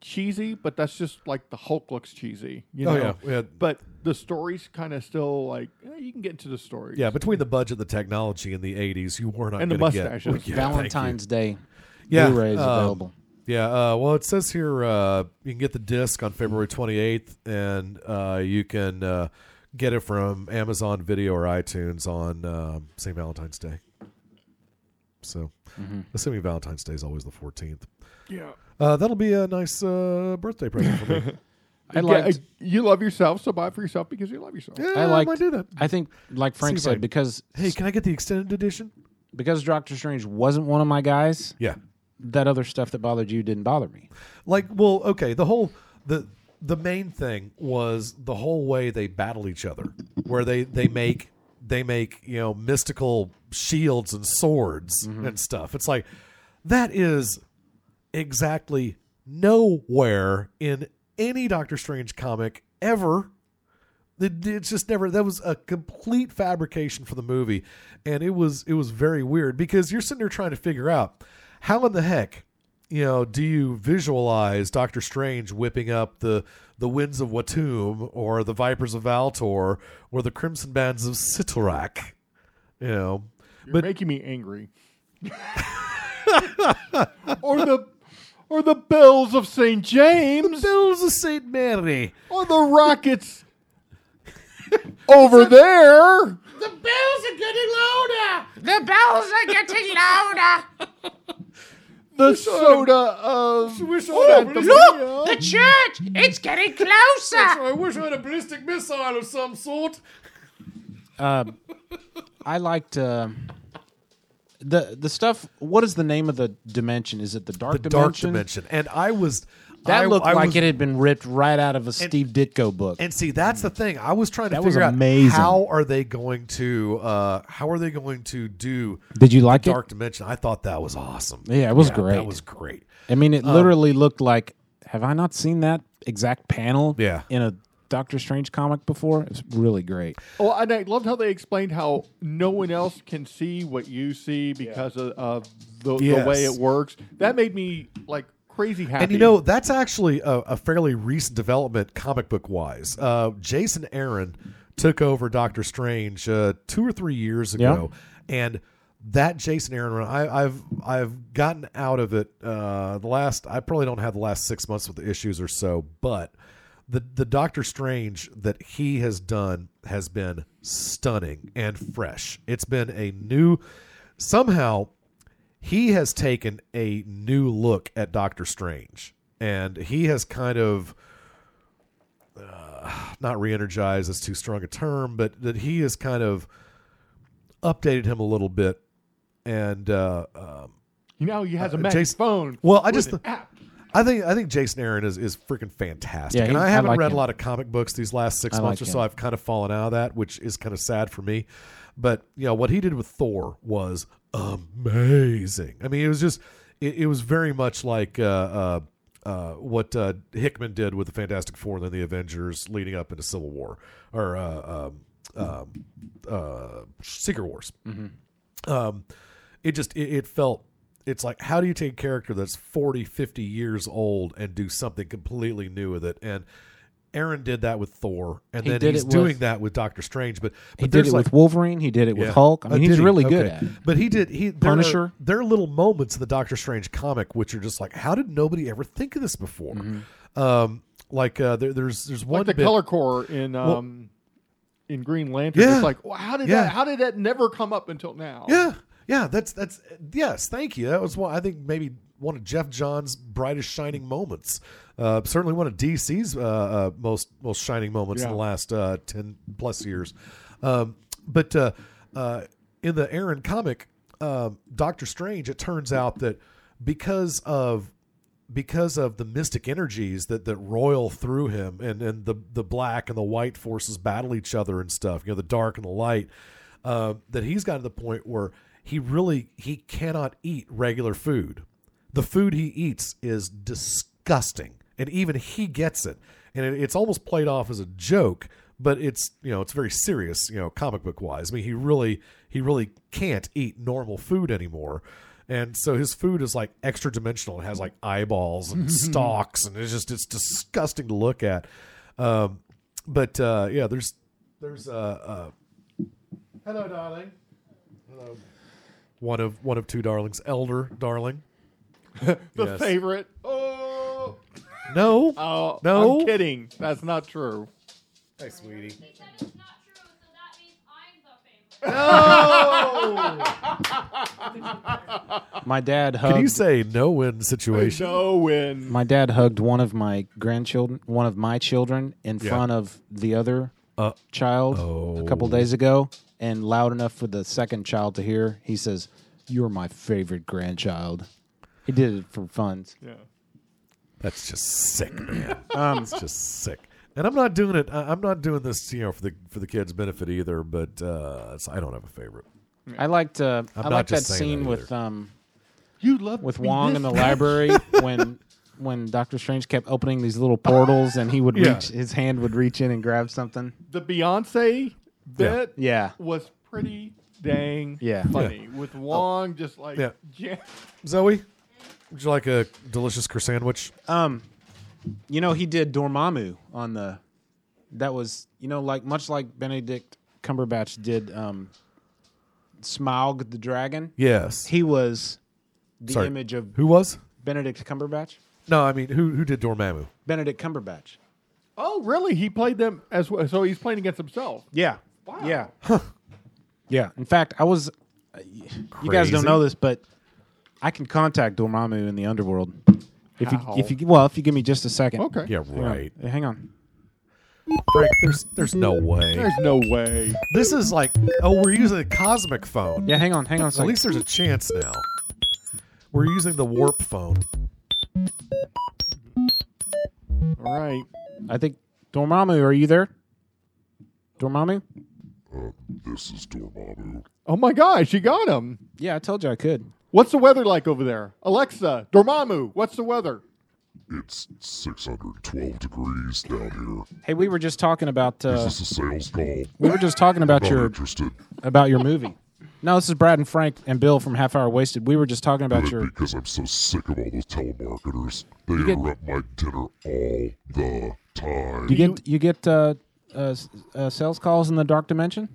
Speaker 11: cheesy, but that's just like the Hulk looks cheesy. You
Speaker 3: Oh,
Speaker 11: know?
Speaker 3: yeah. Yeah.
Speaker 11: But the story's kind of still like eh, you can get into the story.
Speaker 3: Yeah, between the budget, the technology, and the '80s, you were not
Speaker 11: And the
Speaker 3: gonna get-
Speaker 11: mustaches.
Speaker 3: Yeah, thank you.
Speaker 2: Valentine's Day.
Speaker 3: Yeah,
Speaker 2: Blu-rays
Speaker 3: um,
Speaker 2: available.
Speaker 3: Yeah, uh, well, it says here uh, you can get the disc on February 28th, and uh, you can uh, get it from Amazon Video or iTunes on um St. Valentine's Day. So, assuming Valentine's Day is always the 14th.
Speaker 11: Yeah.
Speaker 3: Uh, that'll be a nice uh, birthday present for me.
Speaker 2: I
Speaker 11: Yeah,
Speaker 2: liked.
Speaker 11: uh, you love yourself, so buy it for yourself because you love yourself.
Speaker 3: yeah,
Speaker 2: I liked.
Speaker 3: might do that.
Speaker 2: I think, like Frank
Speaker 3: See if I-
Speaker 2: said, because
Speaker 3: hey, can I get the extended edition?
Speaker 2: because Doctor Strange wasn't one of my guys.
Speaker 3: Yeah.
Speaker 2: That other stuff that bothered you didn't bother me.
Speaker 3: like well okay the whole the the main thing was the whole way they battle each other where they they make they make you know mystical shields and swords and stuff it's like that is exactly nowhere in any doctor strange comic ever it- it's just never that was a complete fabrication for the movie and it was it was very weird because you're sitting there trying to figure out how in the heck you know do you visualize doctor strange whipping up the the winds of watum or the vipers of valtor or the crimson bands of sitarak you know
Speaker 11: You're making me angry. or the or the bells of St. James
Speaker 3: bills of saint mary
Speaker 11: or the rockets over there. The bells are getting louder. The bells are getting louder. the soda of.
Speaker 5: The church! It's getting closer!
Speaker 3: I wish I had a ballistic missile of some sort.
Speaker 2: I liked uh, the the stuff. What is the name of the dimension? Is it the dark
Speaker 3: The
Speaker 2: dimension?
Speaker 3: dark dimension, and I was
Speaker 2: That
Speaker 3: I-
Speaker 2: looked
Speaker 3: I
Speaker 2: like
Speaker 3: was-
Speaker 2: it had been ripped right out of a Steve Ditko book.
Speaker 3: And see, that's the thing. I was trying to
Speaker 2: Mm. That was
Speaker 3: figure out
Speaker 2: amazing.
Speaker 3: how are they going to uh, how are they going to do
Speaker 2: Did you like it?
Speaker 3: Dark Dimension? I thought that was awesome.
Speaker 2: Yeah, it was great.
Speaker 3: That was uh, great.
Speaker 2: I mean, it literally looked like. Have I not seen that exact panel?
Speaker 3: Yeah.
Speaker 2: in a Doctor Strange comic before. It's really great.
Speaker 11: Well, Oh, and I loved how they explained how no one else can see what you see because of, of the, the way
Speaker 3: Yes.
Speaker 11: it works. That made me like crazy happy.
Speaker 3: And you know, that's actually a, a fairly recent development, comic book wise. Uh, Jason Aaron took over Doctor Strange uh, two or three years ago, and that Jason Aaron run, I, I've I've gotten out of it. Uh, the last I probably don't have the last six months with the issues or so, but the the Doctor Strange that he has done has been stunning and fresh. It's been a new somehow he has taken a new look at Doctor Strange, and he has kind of uh, not re-energized is too strong a term, but that he has kind of updated him a little bit. And uh, um,
Speaker 11: you know, he has a
Speaker 3: uh,
Speaker 11: magic
Speaker 3: Jason-
Speaker 11: phone.
Speaker 3: well, I just
Speaker 11: with an app.
Speaker 3: I think I think Jason Aaron is is freaking fantastic,
Speaker 2: Yeah, he-
Speaker 3: and I
Speaker 2: I
Speaker 3: haven't
Speaker 2: like
Speaker 3: read
Speaker 2: him.
Speaker 3: a lot of comic books these last six
Speaker 2: I
Speaker 3: months
Speaker 2: like
Speaker 3: or so.
Speaker 2: him.
Speaker 3: I've kind of fallen out of that, which is kind of sad for me. But you know what he did with Thor was amazing. I mean, it was just it, it was very much like uh, uh, uh, what uh, Hickman did with the Fantastic Four and then the Avengers, leading up into Civil War or uh, um, um, uh, Secret Wars
Speaker 11: Mm-hmm.
Speaker 3: um, it just it, it felt it's like how do you take a character that's 40 50 years old and do something completely new with it and aaron did that with thor and
Speaker 2: He
Speaker 3: then
Speaker 2: did
Speaker 3: he's
Speaker 2: it with-
Speaker 3: doing that with doctor strange but, but
Speaker 2: He did
Speaker 3: there's
Speaker 2: it
Speaker 3: like,
Speaker 2: with Wolverine. He did it with
Speaker 3: yeah.
Speaker 2: Hulk. I
Speaker 3: Oh,
Speaker 2: mean, he's
Speaker 3: did he?
Speaker 2: really good
Speaker 3: Okay.
Speaker 2: at it.
Speaker 3: But he did he there
Speaker 2: Punisher.
Speaker 3: Are, there are little moments in the Doctor Strange comic which are just like, how did nobody ever think of this before? Um, like uh, there, there's there's one
Speaker 11: Mm-hmm. like the
Speaker 3: bit-
Speaker 11: color core in um in Green Lantern.
Speaker 3: Yeah.
Speaker 11: It's like, well, how did
Speaker 3: Yeah.
Speaker 11: that? How did that never come up until now?
Speaker 3: Yeah, yeah. That's that's yes. Thank you. That was one. I think maybe one of Jeff John's brightest shining moments. Uh, certainly one of DC's uh, uh, most most shining moments in
Speaker 11: Yeah.
Speaker 3: the last uh, ten plus years. Um, but uh, uh, in the Aaron comic, um, Doctor Strange, it turns out that because of because of the mystic energies that that roil through him and and the the black and the white forces battle each other and stuff you know the dark and the light uh, that he's gotten to the point where he really he cannot eat regular food the food he eats is disgusting and even he gets it and it, it's almost played off as a joke but it's you know it's very serious you know comic book wise i mean he really he really can't eat normal food anymore and so his food is like extra dimensional it has like eyeballs and stalks and it's just it's disgusting to look at um but uh yeah there's there's uh, uh hello darling hello one of one of two darlings elder darling
Speaker 11: the
Speaker 3: Yes.
Speaker 11: favorite. Oh,
Speaker 3: no
Speaker 11: oh,
Speaker 3: No.
Speaker 11: I'm kidding. That's not true.
Speaker 3: hey sweetie
Speaker 2: My dad hugged.
Speaker 3: can you say no win situation
Speaker 11: No win.
Speaker 2: My dad hugged one of my grandchildren, one of my children, in
Speaker 3: Yeah. Uh,
Speaker 2: front of the other child a couple
Speaker 3: oh.
Speaker 2: days ago, and loud enough for the second child to hear. He says, "You're my favorite grandchild." He did it for fun.
Speaker 11: Yeah.
Speaker 3: That's just sick, man. it's just sick. And I'm not doing it. I- I'm not doing this, you know, for the for the kids' benefit either. But uh, it's- I don't have a favorite.
Speaker 2: I liked. Uh, I
Speaker 3: not
Speaker 2: liked that
Speaker 3: just saying
Speaker 2: scene
Speaker 3: that
Speaker 2: with
Speaker 3: either.
Speaker 2: um,
Speaker 11: You love
Speaker 2: with
Speaker 11: me
Speaker 2: Wong
Speaker 11: this
Speaker 2: in the
Speaker 11: much.
Speaker 2: library when when Doctor Strange kept opening these little portals, and he would reach his hand would reach in and grab something.
Speaker 11: The Beyonce bit
Speaker 2: Yeah.
Speaker 11: was pretty dang
Speaker 2: Yeah.
Speaker 11: funny with Wong just like
Speaker 3: Oh. Yeah.
Speaker 11: jam-
Speaker 3: Zoe, would you like a delicious croissant sandwich?
Speaker 2: Um, you know, he did Dormammu on the. That was you know like much like Benedict Cumberbatch did. Um, Smaug the dragon.
Speaker 3: yes.
Speaker 2: He was the
Speaker 3: Sorry.
Speaker 2: image of
Speaker 3: who was?
Speaker 2: Benedict Cumberbatch.
Speaker 3: No, I mean who who did Dormammu?
Speaker 2: Benedict Cumberbatch.
Speaker 11: Oh, really? He played them as well. So he's playing against himself.
Speaker 2: Yeah. Yeah. Yeah. In fact, I was. You guys
Speaker 3: Crazy.
Speaker 2: don't know this, but I can contact Dormammu in the underworld. If you,
Speaker 11: How?
Speaker 2: if you, well, if you give me just a second.
Speaker 11: Okay.
Speaker 3: Yeah,
Speaker 2: Hang on.
Speaker 3: right.
Speaker 2: Hang on.
Speaker 3: Frank, there's there's no way.
Speaker 11: There's no way.
Speaker 3: This is like oh, we're using a cosmic phone.
Speaker 2: Yeah, hang on. Hang on. A
Speaker 3: At
Speaker 2: second.
Speaker 3: least there's a chance now. We're using the warp phone.
Speaker 11: All right.
Speaker 2: I think Dormammu. Are you there? Dormammu.
Speaker 4: This is Dormammu.
Speaker 11: Oh my gosh, you got him.
Speaker 2: Yeah, I told you I could.
Speaker 11: What's the weather like over there? Alexa, Dormammu, what's the weather?
Speaker 4: It's 612 degrees down here.
Speaker 2: Hey, we were just talking about.
Speaker 4: Is
Speaker 2: Uh,
Speaker 4: this a sales call?
Speaker 2: we were just talking about
Speaker 4: Not
Speaker 2: your
Speaker 4: interested.
Speaker 2: about your movie. No, this is Brad and Frank and Bill from Half Hour Wasted. We were just talking about
Speaker 4: Good,
Speaker 2: your.
Speaker 4: because I'm so sick of all those telemarketers. They
Speaker 2: get-
Speaker 4: interrupt my dinner all the time.
Speaker 2: You get you get uh, uh, s- uh, sales calls in the dark dimension.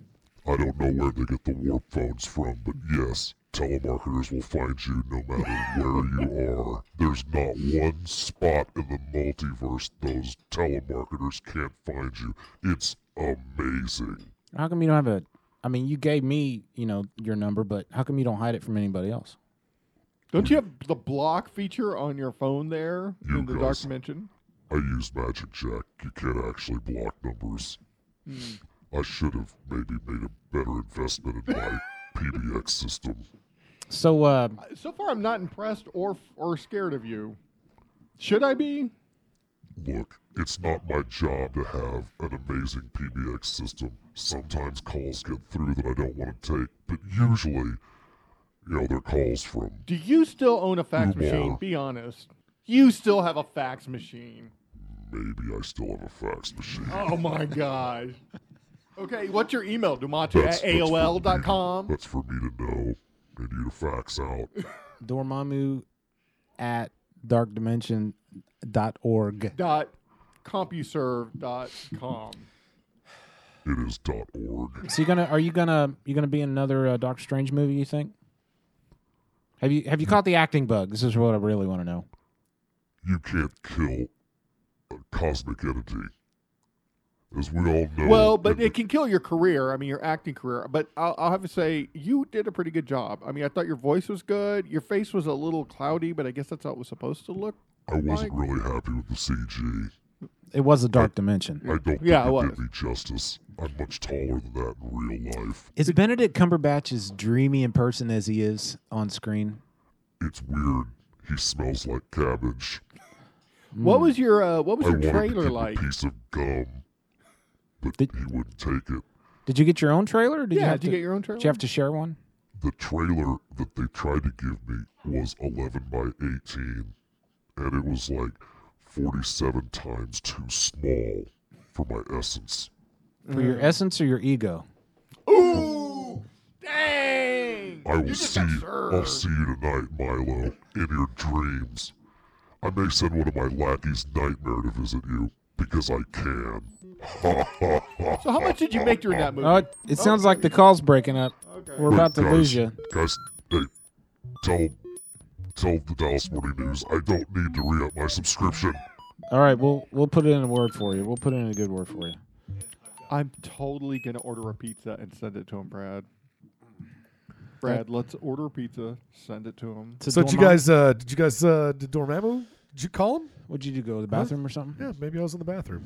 Speaker 4: I don't know where they get the warp phones from, but yes, telemarketers will find you no matter where you are. There's not one spot in the multiverse those telemarketers can't find you. It's amazing.
Speaker 2: How come you don't have a? I mean, you gave me you know your number, but how come you don't hide it from anybody else?
Speaker 11: Don't you have the block feature on your phone there
Speaker 4: You
Speaker 11: in the dark
Speaker 4: guys.
Speaker 11: dimension?
Speaker 4: I use Magic Jack. You can't actually block numbers. I should have maybe made a better investment in my PBX system.
Speaker 2: So uh,
Speaker 11: So far, I'm not impressed or or scared of you. Should I be?
Speaker 4: Look, it's not my job to have an amazing PBX system. Sometimes calls get through that I don't want to take, but usually, you know, they're calls from.
Speaker 11: Do you still own a fax
Speaker 4: Yeah.
Speaker 11: machine? Be honest. You still have a fax machine.
Speaker 4: Maybe I still have a fax machine.
Speaker 11: Oh my gosh. Okay, what's your email? Dumatu at
Speaker 4: That's- that's for me to-
Speaker 11: AOL.com?
Speaker 4: That's for me to know and you to fax out.
Speaker 2: Dormammu at darkdimension.org.
Speaker 11: Dot CompuServe.com.
Speaker 4: It is dot .org.
Speaker 2: So you gonna are you gonna you gonna be in another uh, Doctor Strange movie? You think? Have you have you caught the acting bug? This is what I really want to know.
Speaker 4: You can't kill a cosmic entity. As we all know.
Speaker 11: Well, but
Speaker 4: in
Speaker 11: it can kill your career. I mean, your acting career. But I'll, I'll have to say, you did a pretty good job. I mean, I thought your voice was good. Your face was a little cloudy, but I guess that's how it was supposed to look.
Speaker 4: I wasn't
Speaker 11: Like-
Speaker 4: really happy with the CG.
Speaker 2: It was a dark dimension.
Speaker 4: I don't
Speaker 11: Mm. Yeah, I
Speaker 4: think it
Speaker 11: was.
Speaker 4: did me justice. I'm much taller than that in real life.
Speaker 2: Is Benedict Cumberbatch as dreamy in person as he is on screen?
Speaker 4: It's weird. He smells like cabbage.
Speaker 11: What was your uh, What was
Speaker 4: I
Speaker 11: your
Speaker 4: wanted to give
Speaker 11: trailer
Speaker 4: him
Speaker 11: like?
Speaker 4: a piece of gum, but
Speaker 2: Did-
Speaker 4: he wouldn't take it.
Speaker 2: Did you get your own trailer? Or did you
Speaker 11: yeah,
Speaker 2: have
Speaker 11: did you
Speaker 2: to,
Speaker 11: get your own trailer?
Speaker 2: Did you have to share one?
Speaker 4: The trailer that they tried to give me was 11 by 18, and it was like 47 times too small for my essence.
Speaker 2: For your
Speaker 11: Uh.
Speaker 2: essence or your ego?
Speaker 11: Ooh, dang!
Speaker 4: I will
Speaker 11: you just
Speaker 4: see.
Speaker 11: got
Speaker 4: I'll
Speaker 11: served.
Speaker 4: see you tonight, Milo, in your dreams. I may send one of my lackeys nightmare to visit you because I can.
Speaker 11: So how much did you make during that movie?
Speaker 3: Uh,
Speaker 2: Oh, it, it sounds like the call's breaking up. We're
Speaker 4: Look,
Speaker 2: about to
Speaker 4: guys,
Speaker 2: lose you.
Speaker 4: Guys, hey, tell tell the Dallas Morning News I don't need to re up my subscription.
Speaker 2: All right, we'll we'll put it in a word for you. We'll put it in a good word for you.
Speaker 11: I'm totally gonna order a pizza and send it to him, Brad. Brad, let's order a pizza, send it to him.
Speaker 2: To
Speaker 3: So did you
Speaker 2: Dormammu-
Speaker 3: guys uh did you guys uh did Dormammu did you call him?
Speaker 2: what'd you do? Go to the bathroom or something?
Speaker 3: Yeah, maybe I was in the bathroom.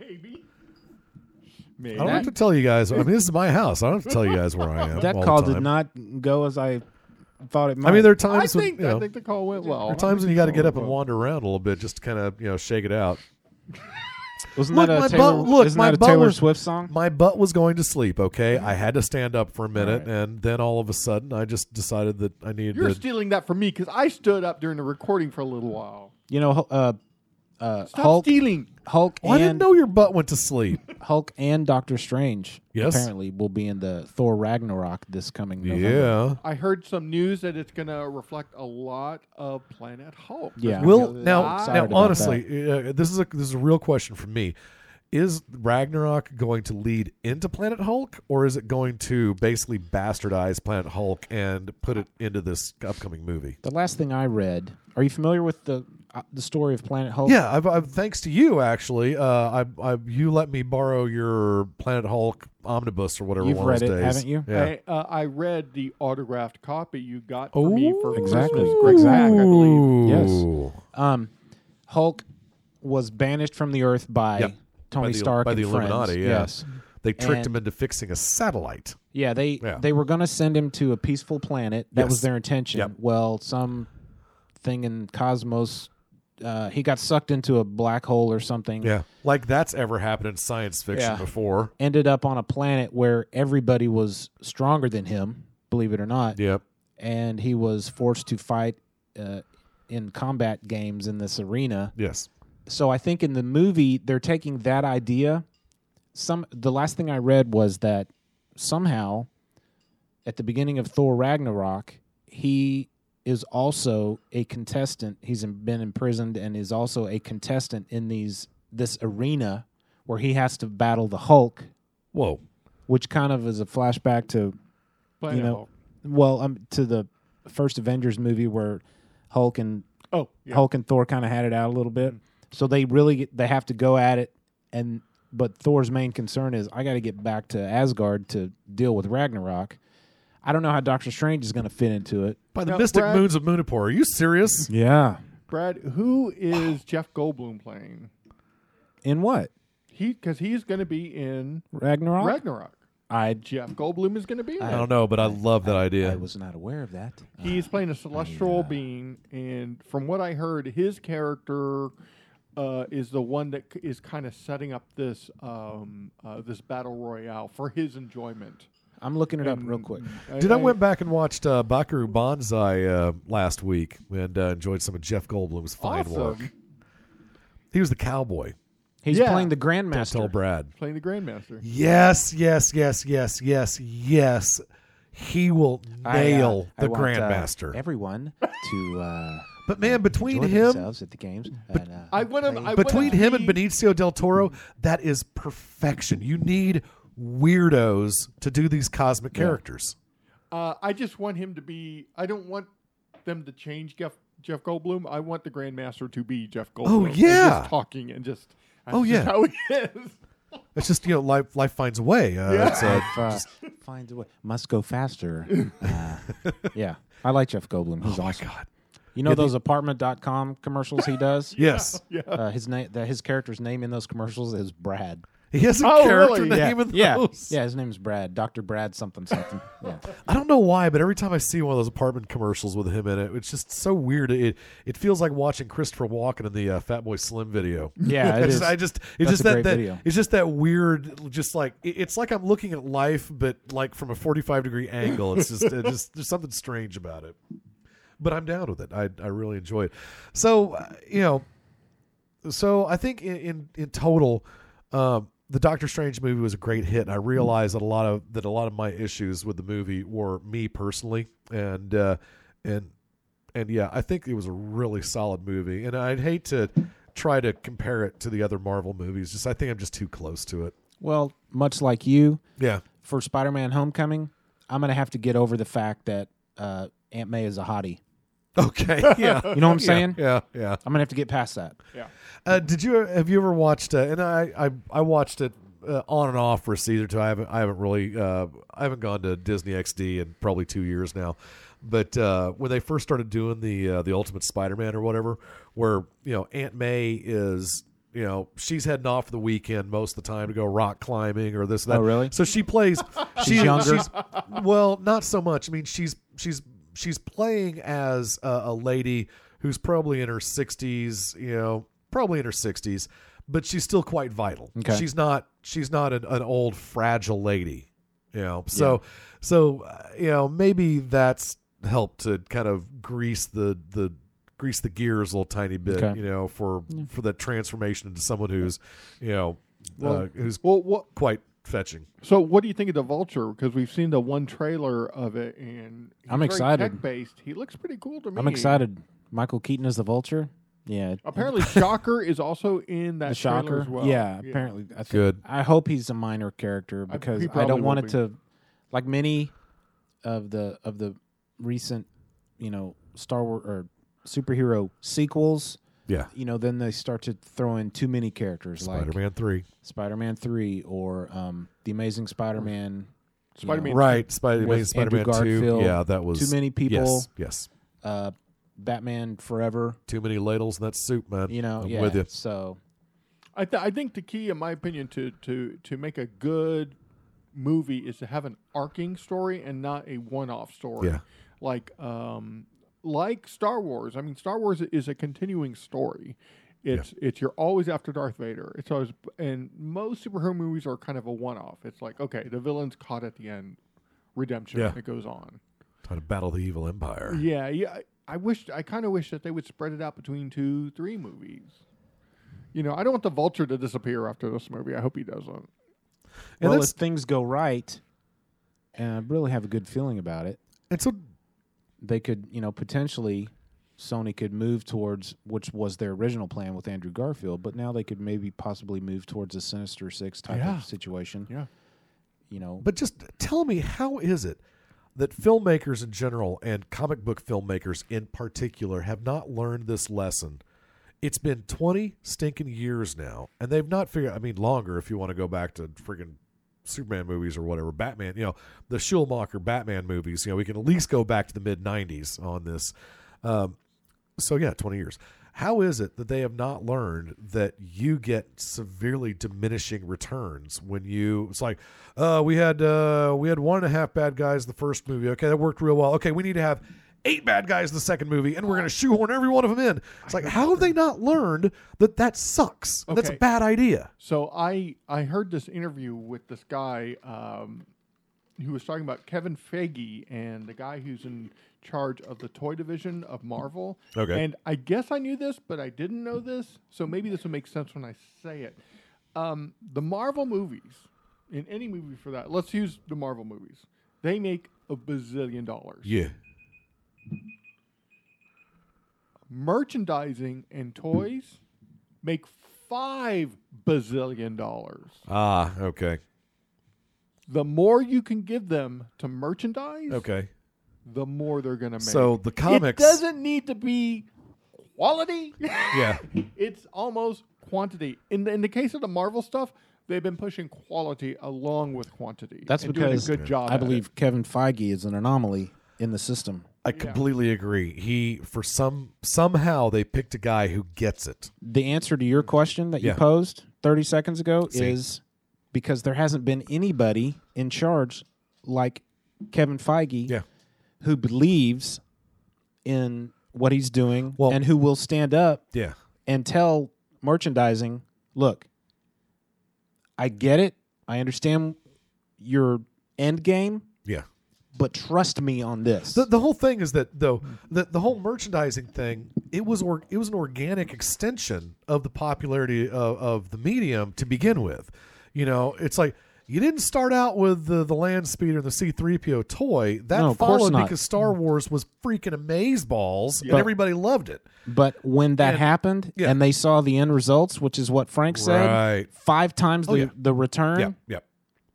Speaker 3: I
Speaker 11: Maybe.
Speaker 3: don't have to tell you guys. I mean, this is my house. I don't have to tell you guys where I am.
Speaker 2: That
Speaker 3: all the
Speaker 2: call did
Speaker 3: time.
Speaker 2: not go as I thought it might.
Speaker 3: I mean, there are
Speaker 11: I
Speaker 3: times when
Speaker 11: think
Speaker 3: you know,
Speaker 11: I think the call went well.
Speaker 3: there are times when you got to get up and wander around a little bit just to kind of you know shake it out.
Speaker 2: wasn't
Speaker 3: Look,
Speaker 2: that
Speaker 3: my
Speaker 2: a Taylor,
Speaker 3: butt- look,
Speaker 2: isn't
Speaker 3: my
Speaker 2: that a
Speaker 3: butt
Speaker 2: Taylor
Speaker 3: was-
Speaker 2: Swift song?
Speaker 3: My butt was going to sleep. Okay, I had to stand up for a minute, and then all of a sudden, I just decided that I needed.
Speaker 11: You're
Speaker 3: to,
Speaker 11: stealing that from me because I stood up during the recording for a little while.
Speaker 2: you know, uh, uh,
Speaker 11: Stop
Speaker 2: Hulk,
Speaker 11: stealing.
Speaker 2: Hulk,
Speaker 3: Well, Oh, I didn't
Speaker 2: and
Speaker 3: know your butt went to sleep.
Speaker 2: Hulk and Doctor Strange.
Speaker 3: Yes.
Speaker 2: apparently will be in the Thor Ragnarok this coming November.
Speaker 3: yeah.
Speaker 11: I heard some news that it's going to reflect a lot of Planet Hulk.
Speaker 2: Yeah.
Speaker 3: Will
Speaker 11: Yeah,
Speaker 3: now,
Speaker 11: I'm
Speaker 3: now
Speaker 2: excited about
Speaker 3: honestly, uh, this is a this is a real question for me. Is Ragnarok going to lead into Planet Hulk, or is it going to basically bastardize Planet Hulk and put it into this upcoming movie?
Speaker 2: The last thing I read. Are you familiar with the uh, the story of Planet Hulk?
Speaker 3: Yeah, I've, I've, thanks to you actually. Uh, I, I, you let me borrow your Planet Hulk omnibus or whatever.
Speaker 2: You've
Speaker 3: one
Speaker 2: read
Speaker 3: of those
Speaker 2: it,
Speaker 3: days.
Speaker 2: haven't you?
Speaker 3: Yeah.
Speaker 11: I, uh, I read the autographed copy you got for me
Speaker 3: Oh,
Speaker 11: for
Speaker 2: exactly.
Speaker 11: Christmas. Greg Pack, I believe.
Speaker 2: Yes.
Speaker 3: Ooh.
Speaker 2: Um, Hulk was banished from the Earth by
Speaker 3: Yep.
Speaker 2: Tony
Speaker 3: by the,
Speaker 2: Stark
Speaker 3: by the
Speaker 2: and friends.
Speaker 3: Illuminati. yeah.
Speaker 2: Yes.
Speaker 3: they tricked
Speaker 2: And-
Speaker 3: him into fixing a satellite.
Speaker 2: Yeah, they
Speaker 3: Yeah.
Speaker 2: they were going to send him to a peaceful planet. That
Speaker 3: Yes.
Speaker 2: was their intention.
Speaker 3: Yep.
Speaker 2: Well, some thing in cosmos uh, he got sucked into a black hole or something.
Speaker 3: Yeah, like that's ever happened in science fiction
Speaker 2: Yeah.
Speaker 3: before.
Speaker 2: Ended up on a planet where everybody was stronger than him, believe it or not.
Speaker 3: Yep.
Speaker 2: And he was forced to fight uh, in combat games in this arena.
Speaker 3: Yes.
Speaker 2: so I think in the movie they're taking that idea. Some the last thing I read was that somehow at the beginning of Thor Ragnarok, he is also a contestant. He's in- been imprisoned and is also a contestant in these this arena where he has to battle the Hulk,
Speaker 3: Whoa.
Speaker 2: which kind of is a flashback to
Speaker 11: Planet
Speaker 2: you know,
Speaker 11: Hulk.
Speaker 2: well, um, to the first Avengers movie where Hulk and
Speaker 11: Oh, yeah.
Speaker 2: Hulk and Thor kind of had it out a little bit. So they really they have to go at it, and but Thor's main concern is I got to get back to Asgard to deal with Ragnarok. I don't know how Doctor Strange is going to fit into it.
Speaker 3: By the
Speaker 11: Now,
Speaker 3: mystic
Speaker 11: Brad-
Speaker 3: moons of Moonapur. Are you serious?
Speaker 2: Yeah.
Speaker 11: Brad, who is Jeff Goldblum playing?
Speaker 2: In what
Speaker 11: He because he's going to be in
Speaker 2: Ragnarok?
Speaker 11: Ragnarok.
Speaker 2: I
Speaker 11: Jeff Goldblum is going to be in
Speaker 3: I
Speaker 11: it.
Speaker 3: don't know, but I love that idea.
Speaker 2: I was not aware of that. Uh,
Speaker 3: Ah,
Speaker 11: He's playing a celestial being, and from what I heard, his character uh, is the one that c- is kind of setting up this um, uh, this battle royale for his enjoyment.
Speaker 2: I'm looking it up real quick.
Speaker 3: Did I, went back and watched uh, Bakuru Banzai uh, last week and uh, enjoyed some of Jeff Goldblum's fine
Speaker 11: Awesome.
Speaker 3: work. He was the cowboy.
Speaker 2: He's
Speaker 11: Yeah.
Speaker 2: playing the
Speaker 3: Don't tell
Speaker 2: Grandmaster.
Speaker 3: Brad.
Speaker 11: playing the Grandmaster?
Speaker 3: Yes, yes, yes, yes, yes, yes. He will
Speaker 2: I, uh,
Speaker 3: nail
Speaker 2: I
Speaker 3: the
Speaker 2: want, uh,
Speaker 3: Grandmaster.
Speaker 2: everyone to uh,
Speaker 3: but man, between
Speaker 2: enjoy
Speaker 3: him,
Speaker 2: themselves at the games. and, uh,
Speaker 11: I want him I
Speaker 3: between
Speaker 11: want
Speaker 3: him and
Speaker 11: be-
Speaker 3: Benicio del Toro, that is perfection. You need weirdos to do these cosmic characters.
Speaker 11: Uh, I just want him to be. I don't want them to change Jeff Jeff Goldblum. I want the Grandmaster to be Jeff Goldblum. and just
Speaker 3: Oh, yeah.
Speaker 11: talking and just. that's
Speaker 3: Oh,
Speaker 11: just
Speaker 3: yeah.
Speaker 11: how he is.
Speaker 3: It's just you know, life life finds a way. Uh,
Speaker 11: Yeah.
Speaker 3: it's, uh,
Speaker 2: If, uh, finds a way. Must go faster. Uh, yeah. I like Jeff Goldblum. He's awesome.
Speaker 3: Oh God.
Speaker 2: You know those apartment.com commercials he does?
Speaker 3: Yes.
Speaker 2: Uh, his name that his character's name in those commercials is Brad.
Speaker 3: He has a
Speaker 11: Oh,
Speaker 3: character
Speaker 11: really?
Speaker 3: name in
Speaker 2: Yeah.
Speaker 3: those.
Speaker 2: Yeah, his name's Brad. Dr. Brad something something. Yeah.
Speaker 3: I don't know why, but every time I see one of those apartment commercials with him in it, it's just so weird. It it feels like watching Christopher Walken in the uh, Fat Boy Slim video.
Speaker 2: Yeah, it
Speaker 3: I
Speaker 2: is.
Speaker 3: just, I just it's
Speaker 2: That's
Speaker 3: just
Speaker 2: a
Speaker 3: that,
Speaker 2: great
Speaker 3: that
Speaker 2: video.
Speaker 3: it's just that weird, just like it- it's like I'm looking at life, but like from a 45 degree angle. It's just it just there's something strange about it. But I'm down with it. I I really enjoy it. So uh, you know, so I think in in, in total, um, the Doctor Strange movie was a great hit. And I realized that a lot of that a lot of my issues with the movie were me personally, and uh, and and yeah, I think it was a really solid movie. And I'd hate to try to compare it to the other Marvel movies. Just I think I'm just too close to it.
Speaker 2: Well, much like you,
Speaker 3: Yeah,
Speaker 2: for Spider Man Homecoming, I'm gonna have to get over the fact that uh, Aunt May is a hottie.
Speaker 3: Okay. Yeah.
Speaker 2: You know what I'm saying?
Speaker 3: Yeah. Yeah.
Speaker 2: I'm gonna have to get past that.
Speaker 3: Uh, did you have you ever watched? Uh, and I, I I watched it uh, on and off for a season or two. I haven't I haven't really uh, I haven't gone to Disney XD in probably two years now. But uh, when they first started doing the uh, the Ultimate Spider-Man or whatever, where you know Aunt May is you know she's heading off for the weekend most of the time to go rock climbing or this and that.
Speaker 2: Oh, really?
Speaker 3: So she plays.
Speaker 2: She's
Speaker 3: she-
Speaker 2: younger?
Speaker 3: She's, well, not so much. I mean, she's she's she's playing as a, a lady who's probably in her sixties. You know, probably in her sixties, but she's still quite vital.
Speaker 2: Okay.
Speaker 3: She's not she's not an, an old fragile lady. You know, so so uh, you know maybe that's helped to kind of grease the the grease the gears a little tiny bit.
Speaker 2: Okay.
Speaker 3: You know, for for that transformation into someone who's you know uh, who's
Speaker 11: Well, what?
Speaker 3: quite fetching.
Speaker 11: So, what do you think of the Vulture? Because we've seen the one trailer of it, and he's
Speaker 2: I'm
Speaker 11: very
Speaker 2: excited.
Speaker 11: Tech-based, he looks pretty cool to me.
Speaker 2: I'm excited. Michael Keaton is the vulture. Yeah.
Speaker 11: Apparently, Shocker is also in that
Speaker 2: the
Speaker 11: trailer
Speaker 2: shocker.
Speaker 11: as well.
Speaker 2: Yeah, apparently. I think,
Speaker 3: Good.
Speaker 2: I hope he's a minor character
Speaker 11: he
Speaker 2: because I,
Speaker 11: probably
Speaker 2: don't want
Speaker 11: will
Speaker 2: it to, like many of the of the recent, you know, Star Wars or superhero sequels.
Speaker 3: Yeah.
Speaker 2: you know, then they start to throw in too many characters like
Speaker 3: Spider-Man Three.
Speaker 2: Spider-Man 3 or um, The Amazing Spider-Man. you know,
Speaker 11: Spider-Man
Speaker 3: Right. Spider-
Speaker 2: With
Speaker 3: Spider-Man
Speaker 2: Andrew
Speaker 3: Two.
Speaker 2: Garfield,
Speaker 3: Yeah, that was
Speaker 2: too many people.
Speaker 3: Yes, yes.
Speaker 2: uh, Batman Forever,
Speaker 3: Too many ladles in that soup, man.
Speaker 2: you know,
Speaker 3: I'm
Speaker 2: yeah.
Speaker 3: with you.
Speaker 2: So,
Speaker 11: I, th- I think the key, in my opinion, to, to, to make a good movie is to have an arcing story and not a one off story.
Speaker 3: Yeah.
Speaker 11: Like, um, like Star Wars. I mean, Star Wars is a continuing story. It's it's you're always after Darth Vader. It's always and most superhero movies are kind of a one off. It's like okay, the villain's caught at the end, redemption.
Speaker 3: Yeah.
Speaker 11: It goes on.
Speaker 3: Trying to battle the evil empire.
Speaker 11: Yeah, yeah. I- I wish I kind of wish that they would spread it out between two, three movies. You know, I don't want the Vulture to disappear after this movie. I hope he doesn't.
Speaker 3: And
Speaker 2: well, if
Speaker 3: that's-
Speaker 2: things go right, and I really have a good feeling about it,
Speaker 3: And so
Speaker 2: they could, you know, potentially Sony could move towards which was their original plan with Andrew Garfield, but now they could maybe possibly move towards a Sinister Six type
Speaker 3: Yeah.
Speaker 2: of situation.
Speaker 11: Yeah.
Speaker 2: You know,
Speaker 3: But just tell me, how is it that filmmakers in general and comic book filmmakers in particular have not learned this lesson? It's been 20 stinking years now, and they've not figured, I mean, longer if you want to go back to freaking Superman movies or whatever, Batman, you know, the Schumacher Batman movies, you know, we can at least go back to the mid 90s on this. Um, so, yeah, 20 years. How is it that they have not learned that you get severely diminishing returns when you? It's like, uh, we had uh, we had one and a half bad guys the first movie. Okay, that worked real well. Okay, we need to have eight bad guys the second movie, and we're gonna shoehorn every one of them in. It's like, how have they not learned that that sucks? That's a
Speaker 11: Okay.
Speaker 3: bad idea.
Speaker 11: So I I heard this interview with this guy um, who was talking about Kevin Feige and the guy who's in charge of the toy division of Marvel.
Speaker 3: Okay.
Speaker 11: And I guess I knew this, but I didn't know this. So maybe this will make sense when I say it. Um, the Marvel movies, in any movie for that, let's use the Marvel movies. They make a bazillion dollars.
Speaker 3: Yeah,
Speaker 11: Merchandising and toys make five bazillion dollars.
Speaker 3: Ah, okay.
Speaker 11: the more you can give them to merchandise,
Speaker 3: Okay.
Speaker 11: the more they're going to make.
Speaker 3: So the comics.
Speaker 11: it doesn't need to be quality.
Speaker 3: Yeah.
Speaker 11: it's almost quantity. In the, in the case of the Marvel stuff, they've been pushing quality along with quantity.
Speaker 2: That's
Speaker 11: and doing a
Speaker 2: because
Speaker 11: good job.
Speaker 2: I
Speaker 11: at it.
Speaker 2: believe Kevin Feige is an anomaly in the system.
Speaker 3: I completely agree. He for some somehow they picked a guy who gets it.
Speaker 2: The answer to your question that
Speaker 3: Yeah.
Speaker 2: you posed 30 seconds ago
Speaker 3: See.
Speaker 2: is because there hasn't been anybody in charge like Kevin Feige
Speaker 3: Yeah.
Speaker 2: who believes in what he's doing
Speaker 3: Well-
Speaker 2: and who will stand up
Speaker 3: Yeah.
Speaker 2: and tell merchandising, look, I get it. I understand your end game,
Speaker 3: Yeah.
Speaker 2: but trust me on this.
Speaker 3: The, the whole thing is that though the, the whole merchandising thing it was or, it was an organic extension of the popularity of, of the medium to begin with. You know, it's like you didn't start out with the, the land speeder and the C3PO toy. That
Speaker 2: No, of course
Speaker 3: followed
Speaker 2: not.
Speaker 3: because Star Wars was freaking amazeballs balls and
Speaker 2: But-
Speaker 3: everybody loved it.
Speaker 2: But when that
Speaker 3: And-
Speaker 2: happened
Speaker 3: yeah.
Speaker 2: and they saw the end results, which is what Frank said,
Speaker 3: Right.
Speaker 2: five times the,
Speaker 3: Oh, yeah.
Speaker 2: the return.
Speaker 3: Yep, yep.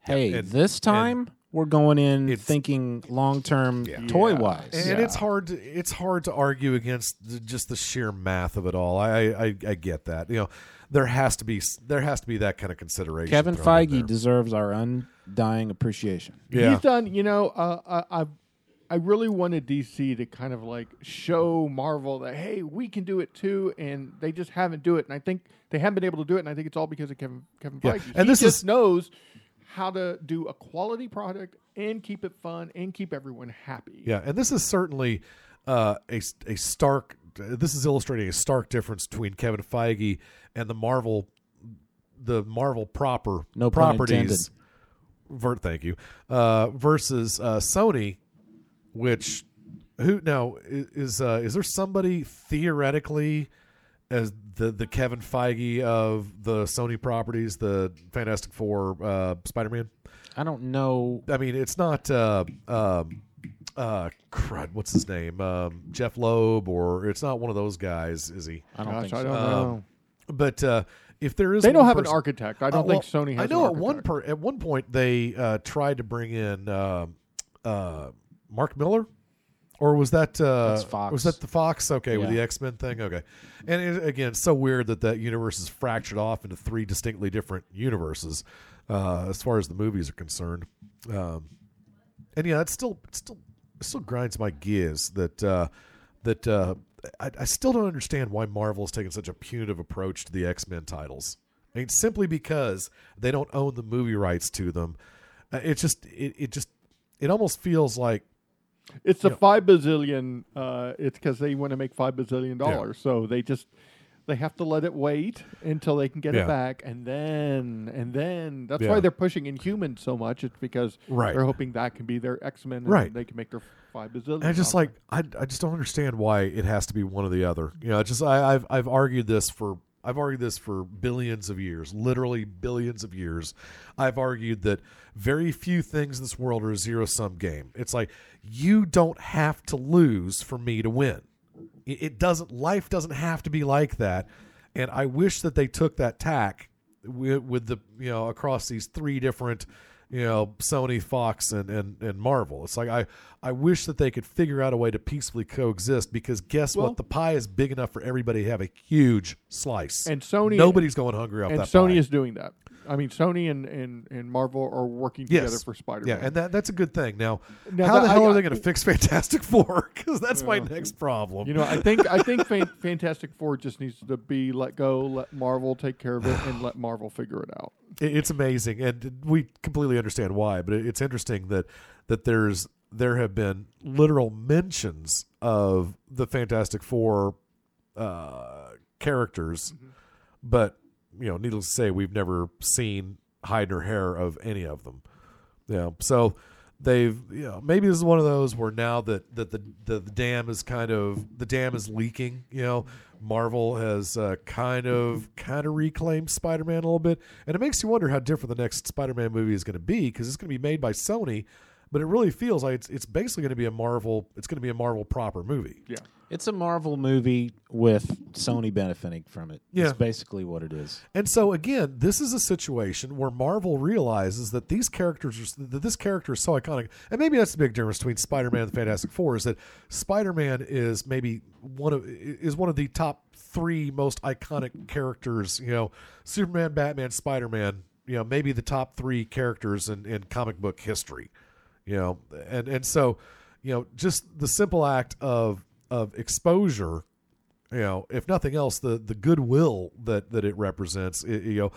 Speaker 2: Hey,
Speaker 3: And-
Speaker 2: this time we're going in
Speaker 3: It's-
Speaker 2: thinking long term
Speaker 3: Yeah.
Speaker 2: toy wise.
Speaker 3: and it's hard to it's hard to argue against the, just the sheer math of it all. I, I I get that. You know, there has to be s- there has to be that kind of consideration.
Speaker 2: Kevin
Speaker 3: thrown in
Speaker 2: Feige
Speaker 3: there.
Speaker 2: deserves our undying appreciation.
Speaker 3: yeah,
Speaker 11: He's done, you know, uh, I, I I really wanted DC to kind of like show Marvel that hey, we can do it too, and they just haven't do it. And I think they haven't been able to do it, and I think it's all because of Kevin Kevin
Speaker 3: Yeah.
Speaker 11: Feige.
Speaker 3: And
Speaker 11: he
Speaker 3: this
Speaker 11: just
Speaker 3: is-
Speaker 11: knows how to do a quality product and keep it fun and keep everyone happy.
Speaker 3: yeah. And this is certainly uh, a s- a stark. This is illustrating a stark difference between Kevin Feige and the Marvel the Marvel proper
Speaker 2: No pun intended.
Speaker 3: properties. Ver, thank you. Uh, versus uh, Sony, which who now i- is uh, is there somebody theoretically as the the Kevin Feige of the Sony properties, the Fantastic Four, uh, Spider Man?
Speaker 2: I don't know.
Speaker 3: I mean, it's not uh, um, uh, crud. What's his name? Um, Jeff Loeb, or it's not one of those guys, is he?
Speaker 2: I don't
Speaker 11: Gosh,
Speaker 2: think
Speaker 11: I
Speaker 2: so.
Speaker 11: don't know.
Speaker 3: But uh, if there is,
Speaker 11: Um, They don't
Speaker 3: one
Speaker 11: have an
Speaker 3: person-
Speaker 11: architect. I don't
Speaker 3: Uh, well,
Speaker 11: think Sony has.
Speaker 3: I know
Speaker 11: an
Speaker 3: at one
Speaker 11: architect.
Speaker 3: per, at one point they uh, tried to bring in uh, uh, Mark um, Miller. Or was that uh,
Speaker 2: That's Fox.
Speaker 3: was that the Fox? Okay, with
Speaker 2: Yeah.
Speaker 3: the X Men thing. Okay, and it, again, so weird that that universe is fractured off into three distinctly different universes, uh, as far as the movies are concerned. Um, and yeah, it still it still it still grinds my gears that uh, that uh, I, I still don't understand why Marvel's taken such a punitive approach to the X Men titles. I mean, simply because they don't own the movie rights to them. Uh, It's just it, it just it almost feels like
Speaker 11: It's a five bazillion. Uh, it's because they want to make five bazillion dollars, so they just they have to let it wait until they can get
Speaker 3: Yeah.
Speaker 11: it back, and then and then that's
Speaker 3: Yeah.
Speaker 11: why they're pushing Inhuman so much. It's because
Speaker 3: Right.
Speaker 11: they're hoping that can be their X Men,
Speaker 3: Right.
Speaker 11: They can make their five bazillion.
Speaker 3: I just
Speaker 11: off it.
Speaker 3: like I, I just don't understand why it has to be one or the other. You know, it's just I, I've I've argued this for I've argued this for billions of years, literally billions of years. I've argued that very few things in this world are a zero sum game. It's like you don't have to lose for me to win. It, it doesn't. Life doesn't have to be like that. And I wish that they took that tack with, with the you know across these three different you know Sony, Fox, and and and Marvel. It's like I I wish that they could figure out a way to peacefully coexist because guess
Speaker 11: Well-
Speaker 3: what? The pie is big enough for everybody to have a huge slice.
Speaker 11: And Sony-
Speaker 3: nobody's going hungry off
Speaker 11: and
Speaker 3: that.
Speaker 11: Sony
Speaker 3: pie.
Speaker 11: is doing that. I mean, Sony and and and Marvel are working
Speaker 3: Yes.
Speaker 11: together for Spider Man.
Speaker 3: Yeah, and that, that's a good thing. Now,
Speaker 11: Now
Speaker 3: how
Speaker 11: that-
Speaker 3: the hell
Speaker 11: I-
Speaker 3: are they going to fix Fantastic Four? Because that's my next problem.
Speaker 11: You know, I think I think Fan- Fantastic Four just needs to be let go, let Marvel take care of it, and let Marvel figure it out.
Speaker 3: It- it's amazing and we completely understand why but it- it's interesting that that there's there have been literal mentions of the fantastic four uh characters but you know needless to say we've never seen hide nor hair of any of them yeah so they've you know maybe this is one of those where now that that the the, the dam is kind of the dam is leaking you know marvel has uh, kind of kind of reclaimed spider-man a little bit and it makes you wonder how different the next spider-man movie is going to be because it's going to be made by sony but it really feels like it's, it's basically going to be a marvel it's going to be a marvel proper movie
Speaker 11: Yeah.
Speaker 2: It's a Marvel movie with Sony benefiting from it.
Speaker 3: Yeah.
Speaker 2: It's basically what it is.
Speaker 3: And so again, this is a situation where Marvel realizes that these characters are, that this character is so iconic, and maybe that's the big difference between Spider-Man and the Fantastic Four is that Spider-Man is maybe one of is one of the top three most iconic characters. You know, Superman, Batman, Spider-Man. You know, maybe the top three characters in, in comic book history you know and and so you know just the simple act of of exposure you know if nothing else the the goodwill that that it represents i- you know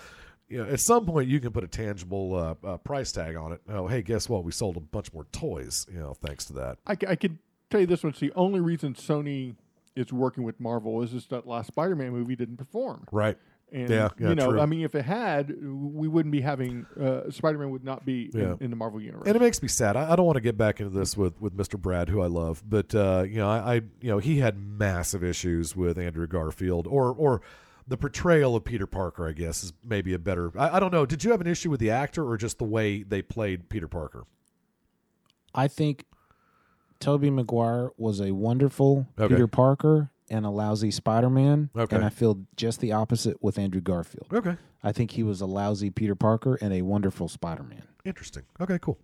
Speaker 3: you know, at some point you can put a tangible uh, uh, price tag on it. Oh, hey, guess what? We sold a bunch more toys, you know, thanks to that.
Speaker 11: I, c- I can tell you this one's the only reason Sony is working with Marvel is just that last Spider Man movie didn't perform.
Speaker 3: Right.
Speaker 11: And,
Speaker 3: Yeah, yeah,
Speaker 11: you know,
Speaker 3: true.
Speaker 11: I mean, if it had, we wouldn't be having uh, Spider Man would not be
Speaker 3: Yeah.
Speaker 11: in, in the Marvel universe.
Speaker 3: And it makes me sad. I, I don't want to get back into this with, with Mr. Brad, who I love, but uh, you know, I, I you know he had massive issues with Andrew Garfield or or the portrayal of Peter Parker. I guess is maybe a better. I, I don't know. Did you have an issue with the actor or just the way they played Peter Parker?
Speaker 2: I think Toby Maguire was a wonderful
Speaker 3: Okay.
Speaker 2: Peter Parker and a lousy Spider-Man,
Speaker 3: Okay.
Speaker 2: and I feel just the opposite with Andrew Garfield.
Speaker 3: Okay,
Speaker 2: I think he was a lousy Peter Parker and a wonderful Spider-Man.
Speaker 3: interesting. Okay, cool.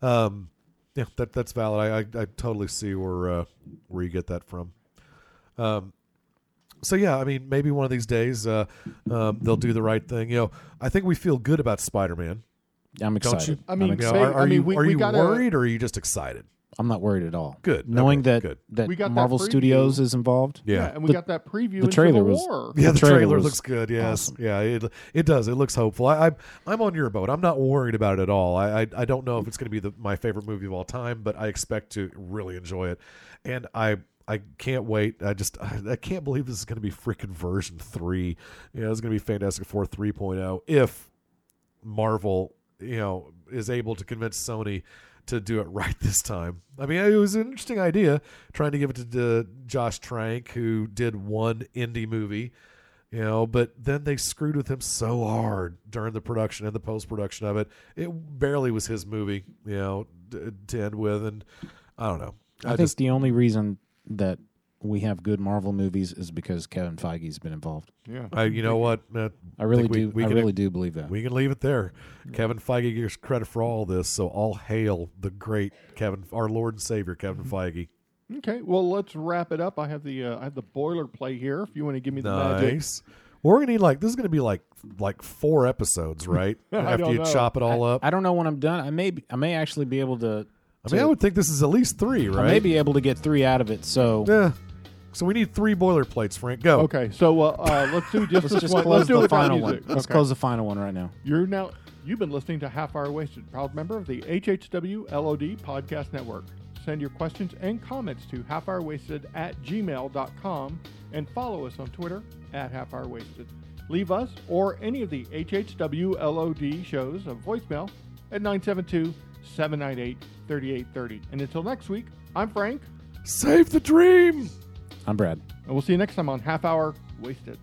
Speaker 3: Um, yeah, that that's valid. I I, I totally see where uh, where you get that from. Um, so yeah, I mean, maybe one of these days uh, um, they'll do the right thing. You know, I think we feel good about Spider Man.
Speaker 2: I'm
Speaker 3: Don't
Speaker 2: excited.
Speaker 3: you?
Speaker 11: I mean,
Speaker 3: You know,
Speaker 11: ba-
Speaker 3: are, are
Speaker 11: I mean,
Speaker 3: you,
Speaker 11: we-
Speaker 3: are
Speaker 11: we
Speaker 3: you
Speaker 11: gotta-
Speaker 3: worried or are you just excited?
Speaker 2: I'm not worried at all.
Speaker 3: Good.
Speaker 2: Knowing
Speaker 3: Okay,
Speaker 2: that
Speaker 3: good.
Speaker 2: that
Speaker 11: We got that
Speaker 2: Marvel
Speaker 11: preview.
Speaker 2: Studios is involved.
Speaker 11: yeah. and we
Speaker 2: The-
Speaker 11: got that preview.
Speaker 2: the
Speaker 11: in
Speaker 2: trailer
Speaker 11: Civil
Speaker 2: was-
Speaker 11: War.
Speaker 3: Yeah, the,
Speaker 2: The
Speaker 3: trailer,
Speaker 2: trailer was
Speaker 3: looks good. Yes,
Speaker 2: awesome.
Speaker 3: yeah, it it does. It looks hopeful. I, I'm I'm on your boat. I'm not worried about it at all. I I, I don't know if it's going to be the, my favorite movie of all time, but I expect to really enjoy it, and I I can't wait. I just I, I can't believe this is going to be freaking version three. You know, it's going to be Fantastic Four 3.0 if Marvel you know is able to convince Sony to do it right this time. I mean, it was an interesting idea trying to give it to uh, Josh Trank, who did one indie movie you know but then they screwed with him so hard during the production and the post-production of it it barely was his movie you know d- to end with and i don't know
Speaker 2: I, think the only reason that we have good Marvel movies is because Kevin Feige's been involved.
Speaker 11: Yeah.
Speaker 3: I, you know what Uh,
Speaker 2: I really
Speaker 3: think we,
Speaker 2: do.
Speaker 3: we
Speaker 2: I
Speaker 3: can,
Speaker 2: really do believe that.
Speaker 3: we can leave it there kevin feige gives
Speaker 2: Mm-hmm.
Speaker 3: credit for all this so all hail the great kevin our lord and savior kevin feige
Speaker 11: Okay, well let's wrap it up. I have the uh, I have the boilerplate here. If you want to give me the magic,
Speaker 3: Nice. We're gonna need like this is gonna be like like four episodes, right? After
Speaker 11: don't
Speaker 3: you
Speaker 11: know.
Speaker 3: chop it all up. I,
Speaker 2: I don't know when I'm done. I may be- I may actually be able to.
Speaker 3: mean, I would think this is at least three,
Speaker 11: Uh,
Speaker 2: I
Speaker 3: right?
Speaker 2: may be able to get three out of it. So
Speaker 3: Yeah. So we need three boilerplates, Frank. Go.
Speaker 11: okay. So uh, uh, let's do just
Speaker 2: let's
Speaker 11: this
Speaker 2: just
Speaker 11: one.
Speaker 2: close
Speaker 11: let's do
Speaker 2: the
Speaker 11: it without
Speaker 2: final one.
Speaker 11: music.
Speaker 2: Let's
Speaker 11: Okay.
Speaker 2: close the final one right now.
Speaker 11: You're now you've been listening to Half Hour Wasted, proud member of the HHW LOD Podcast Network. Send your questions and comments to halfhourwasted at gmail.com and follow us on Twitter at Half Hour Wasted. Leave us or any of the HHW LOD shows a voicemail at 972 798 3830. And until next week, I'm Frank,
Speaker 3: Save the dream.
Speaker 2: I'm Brad.
Speaker 11: and we'll see you next time on Half Hour Wasted.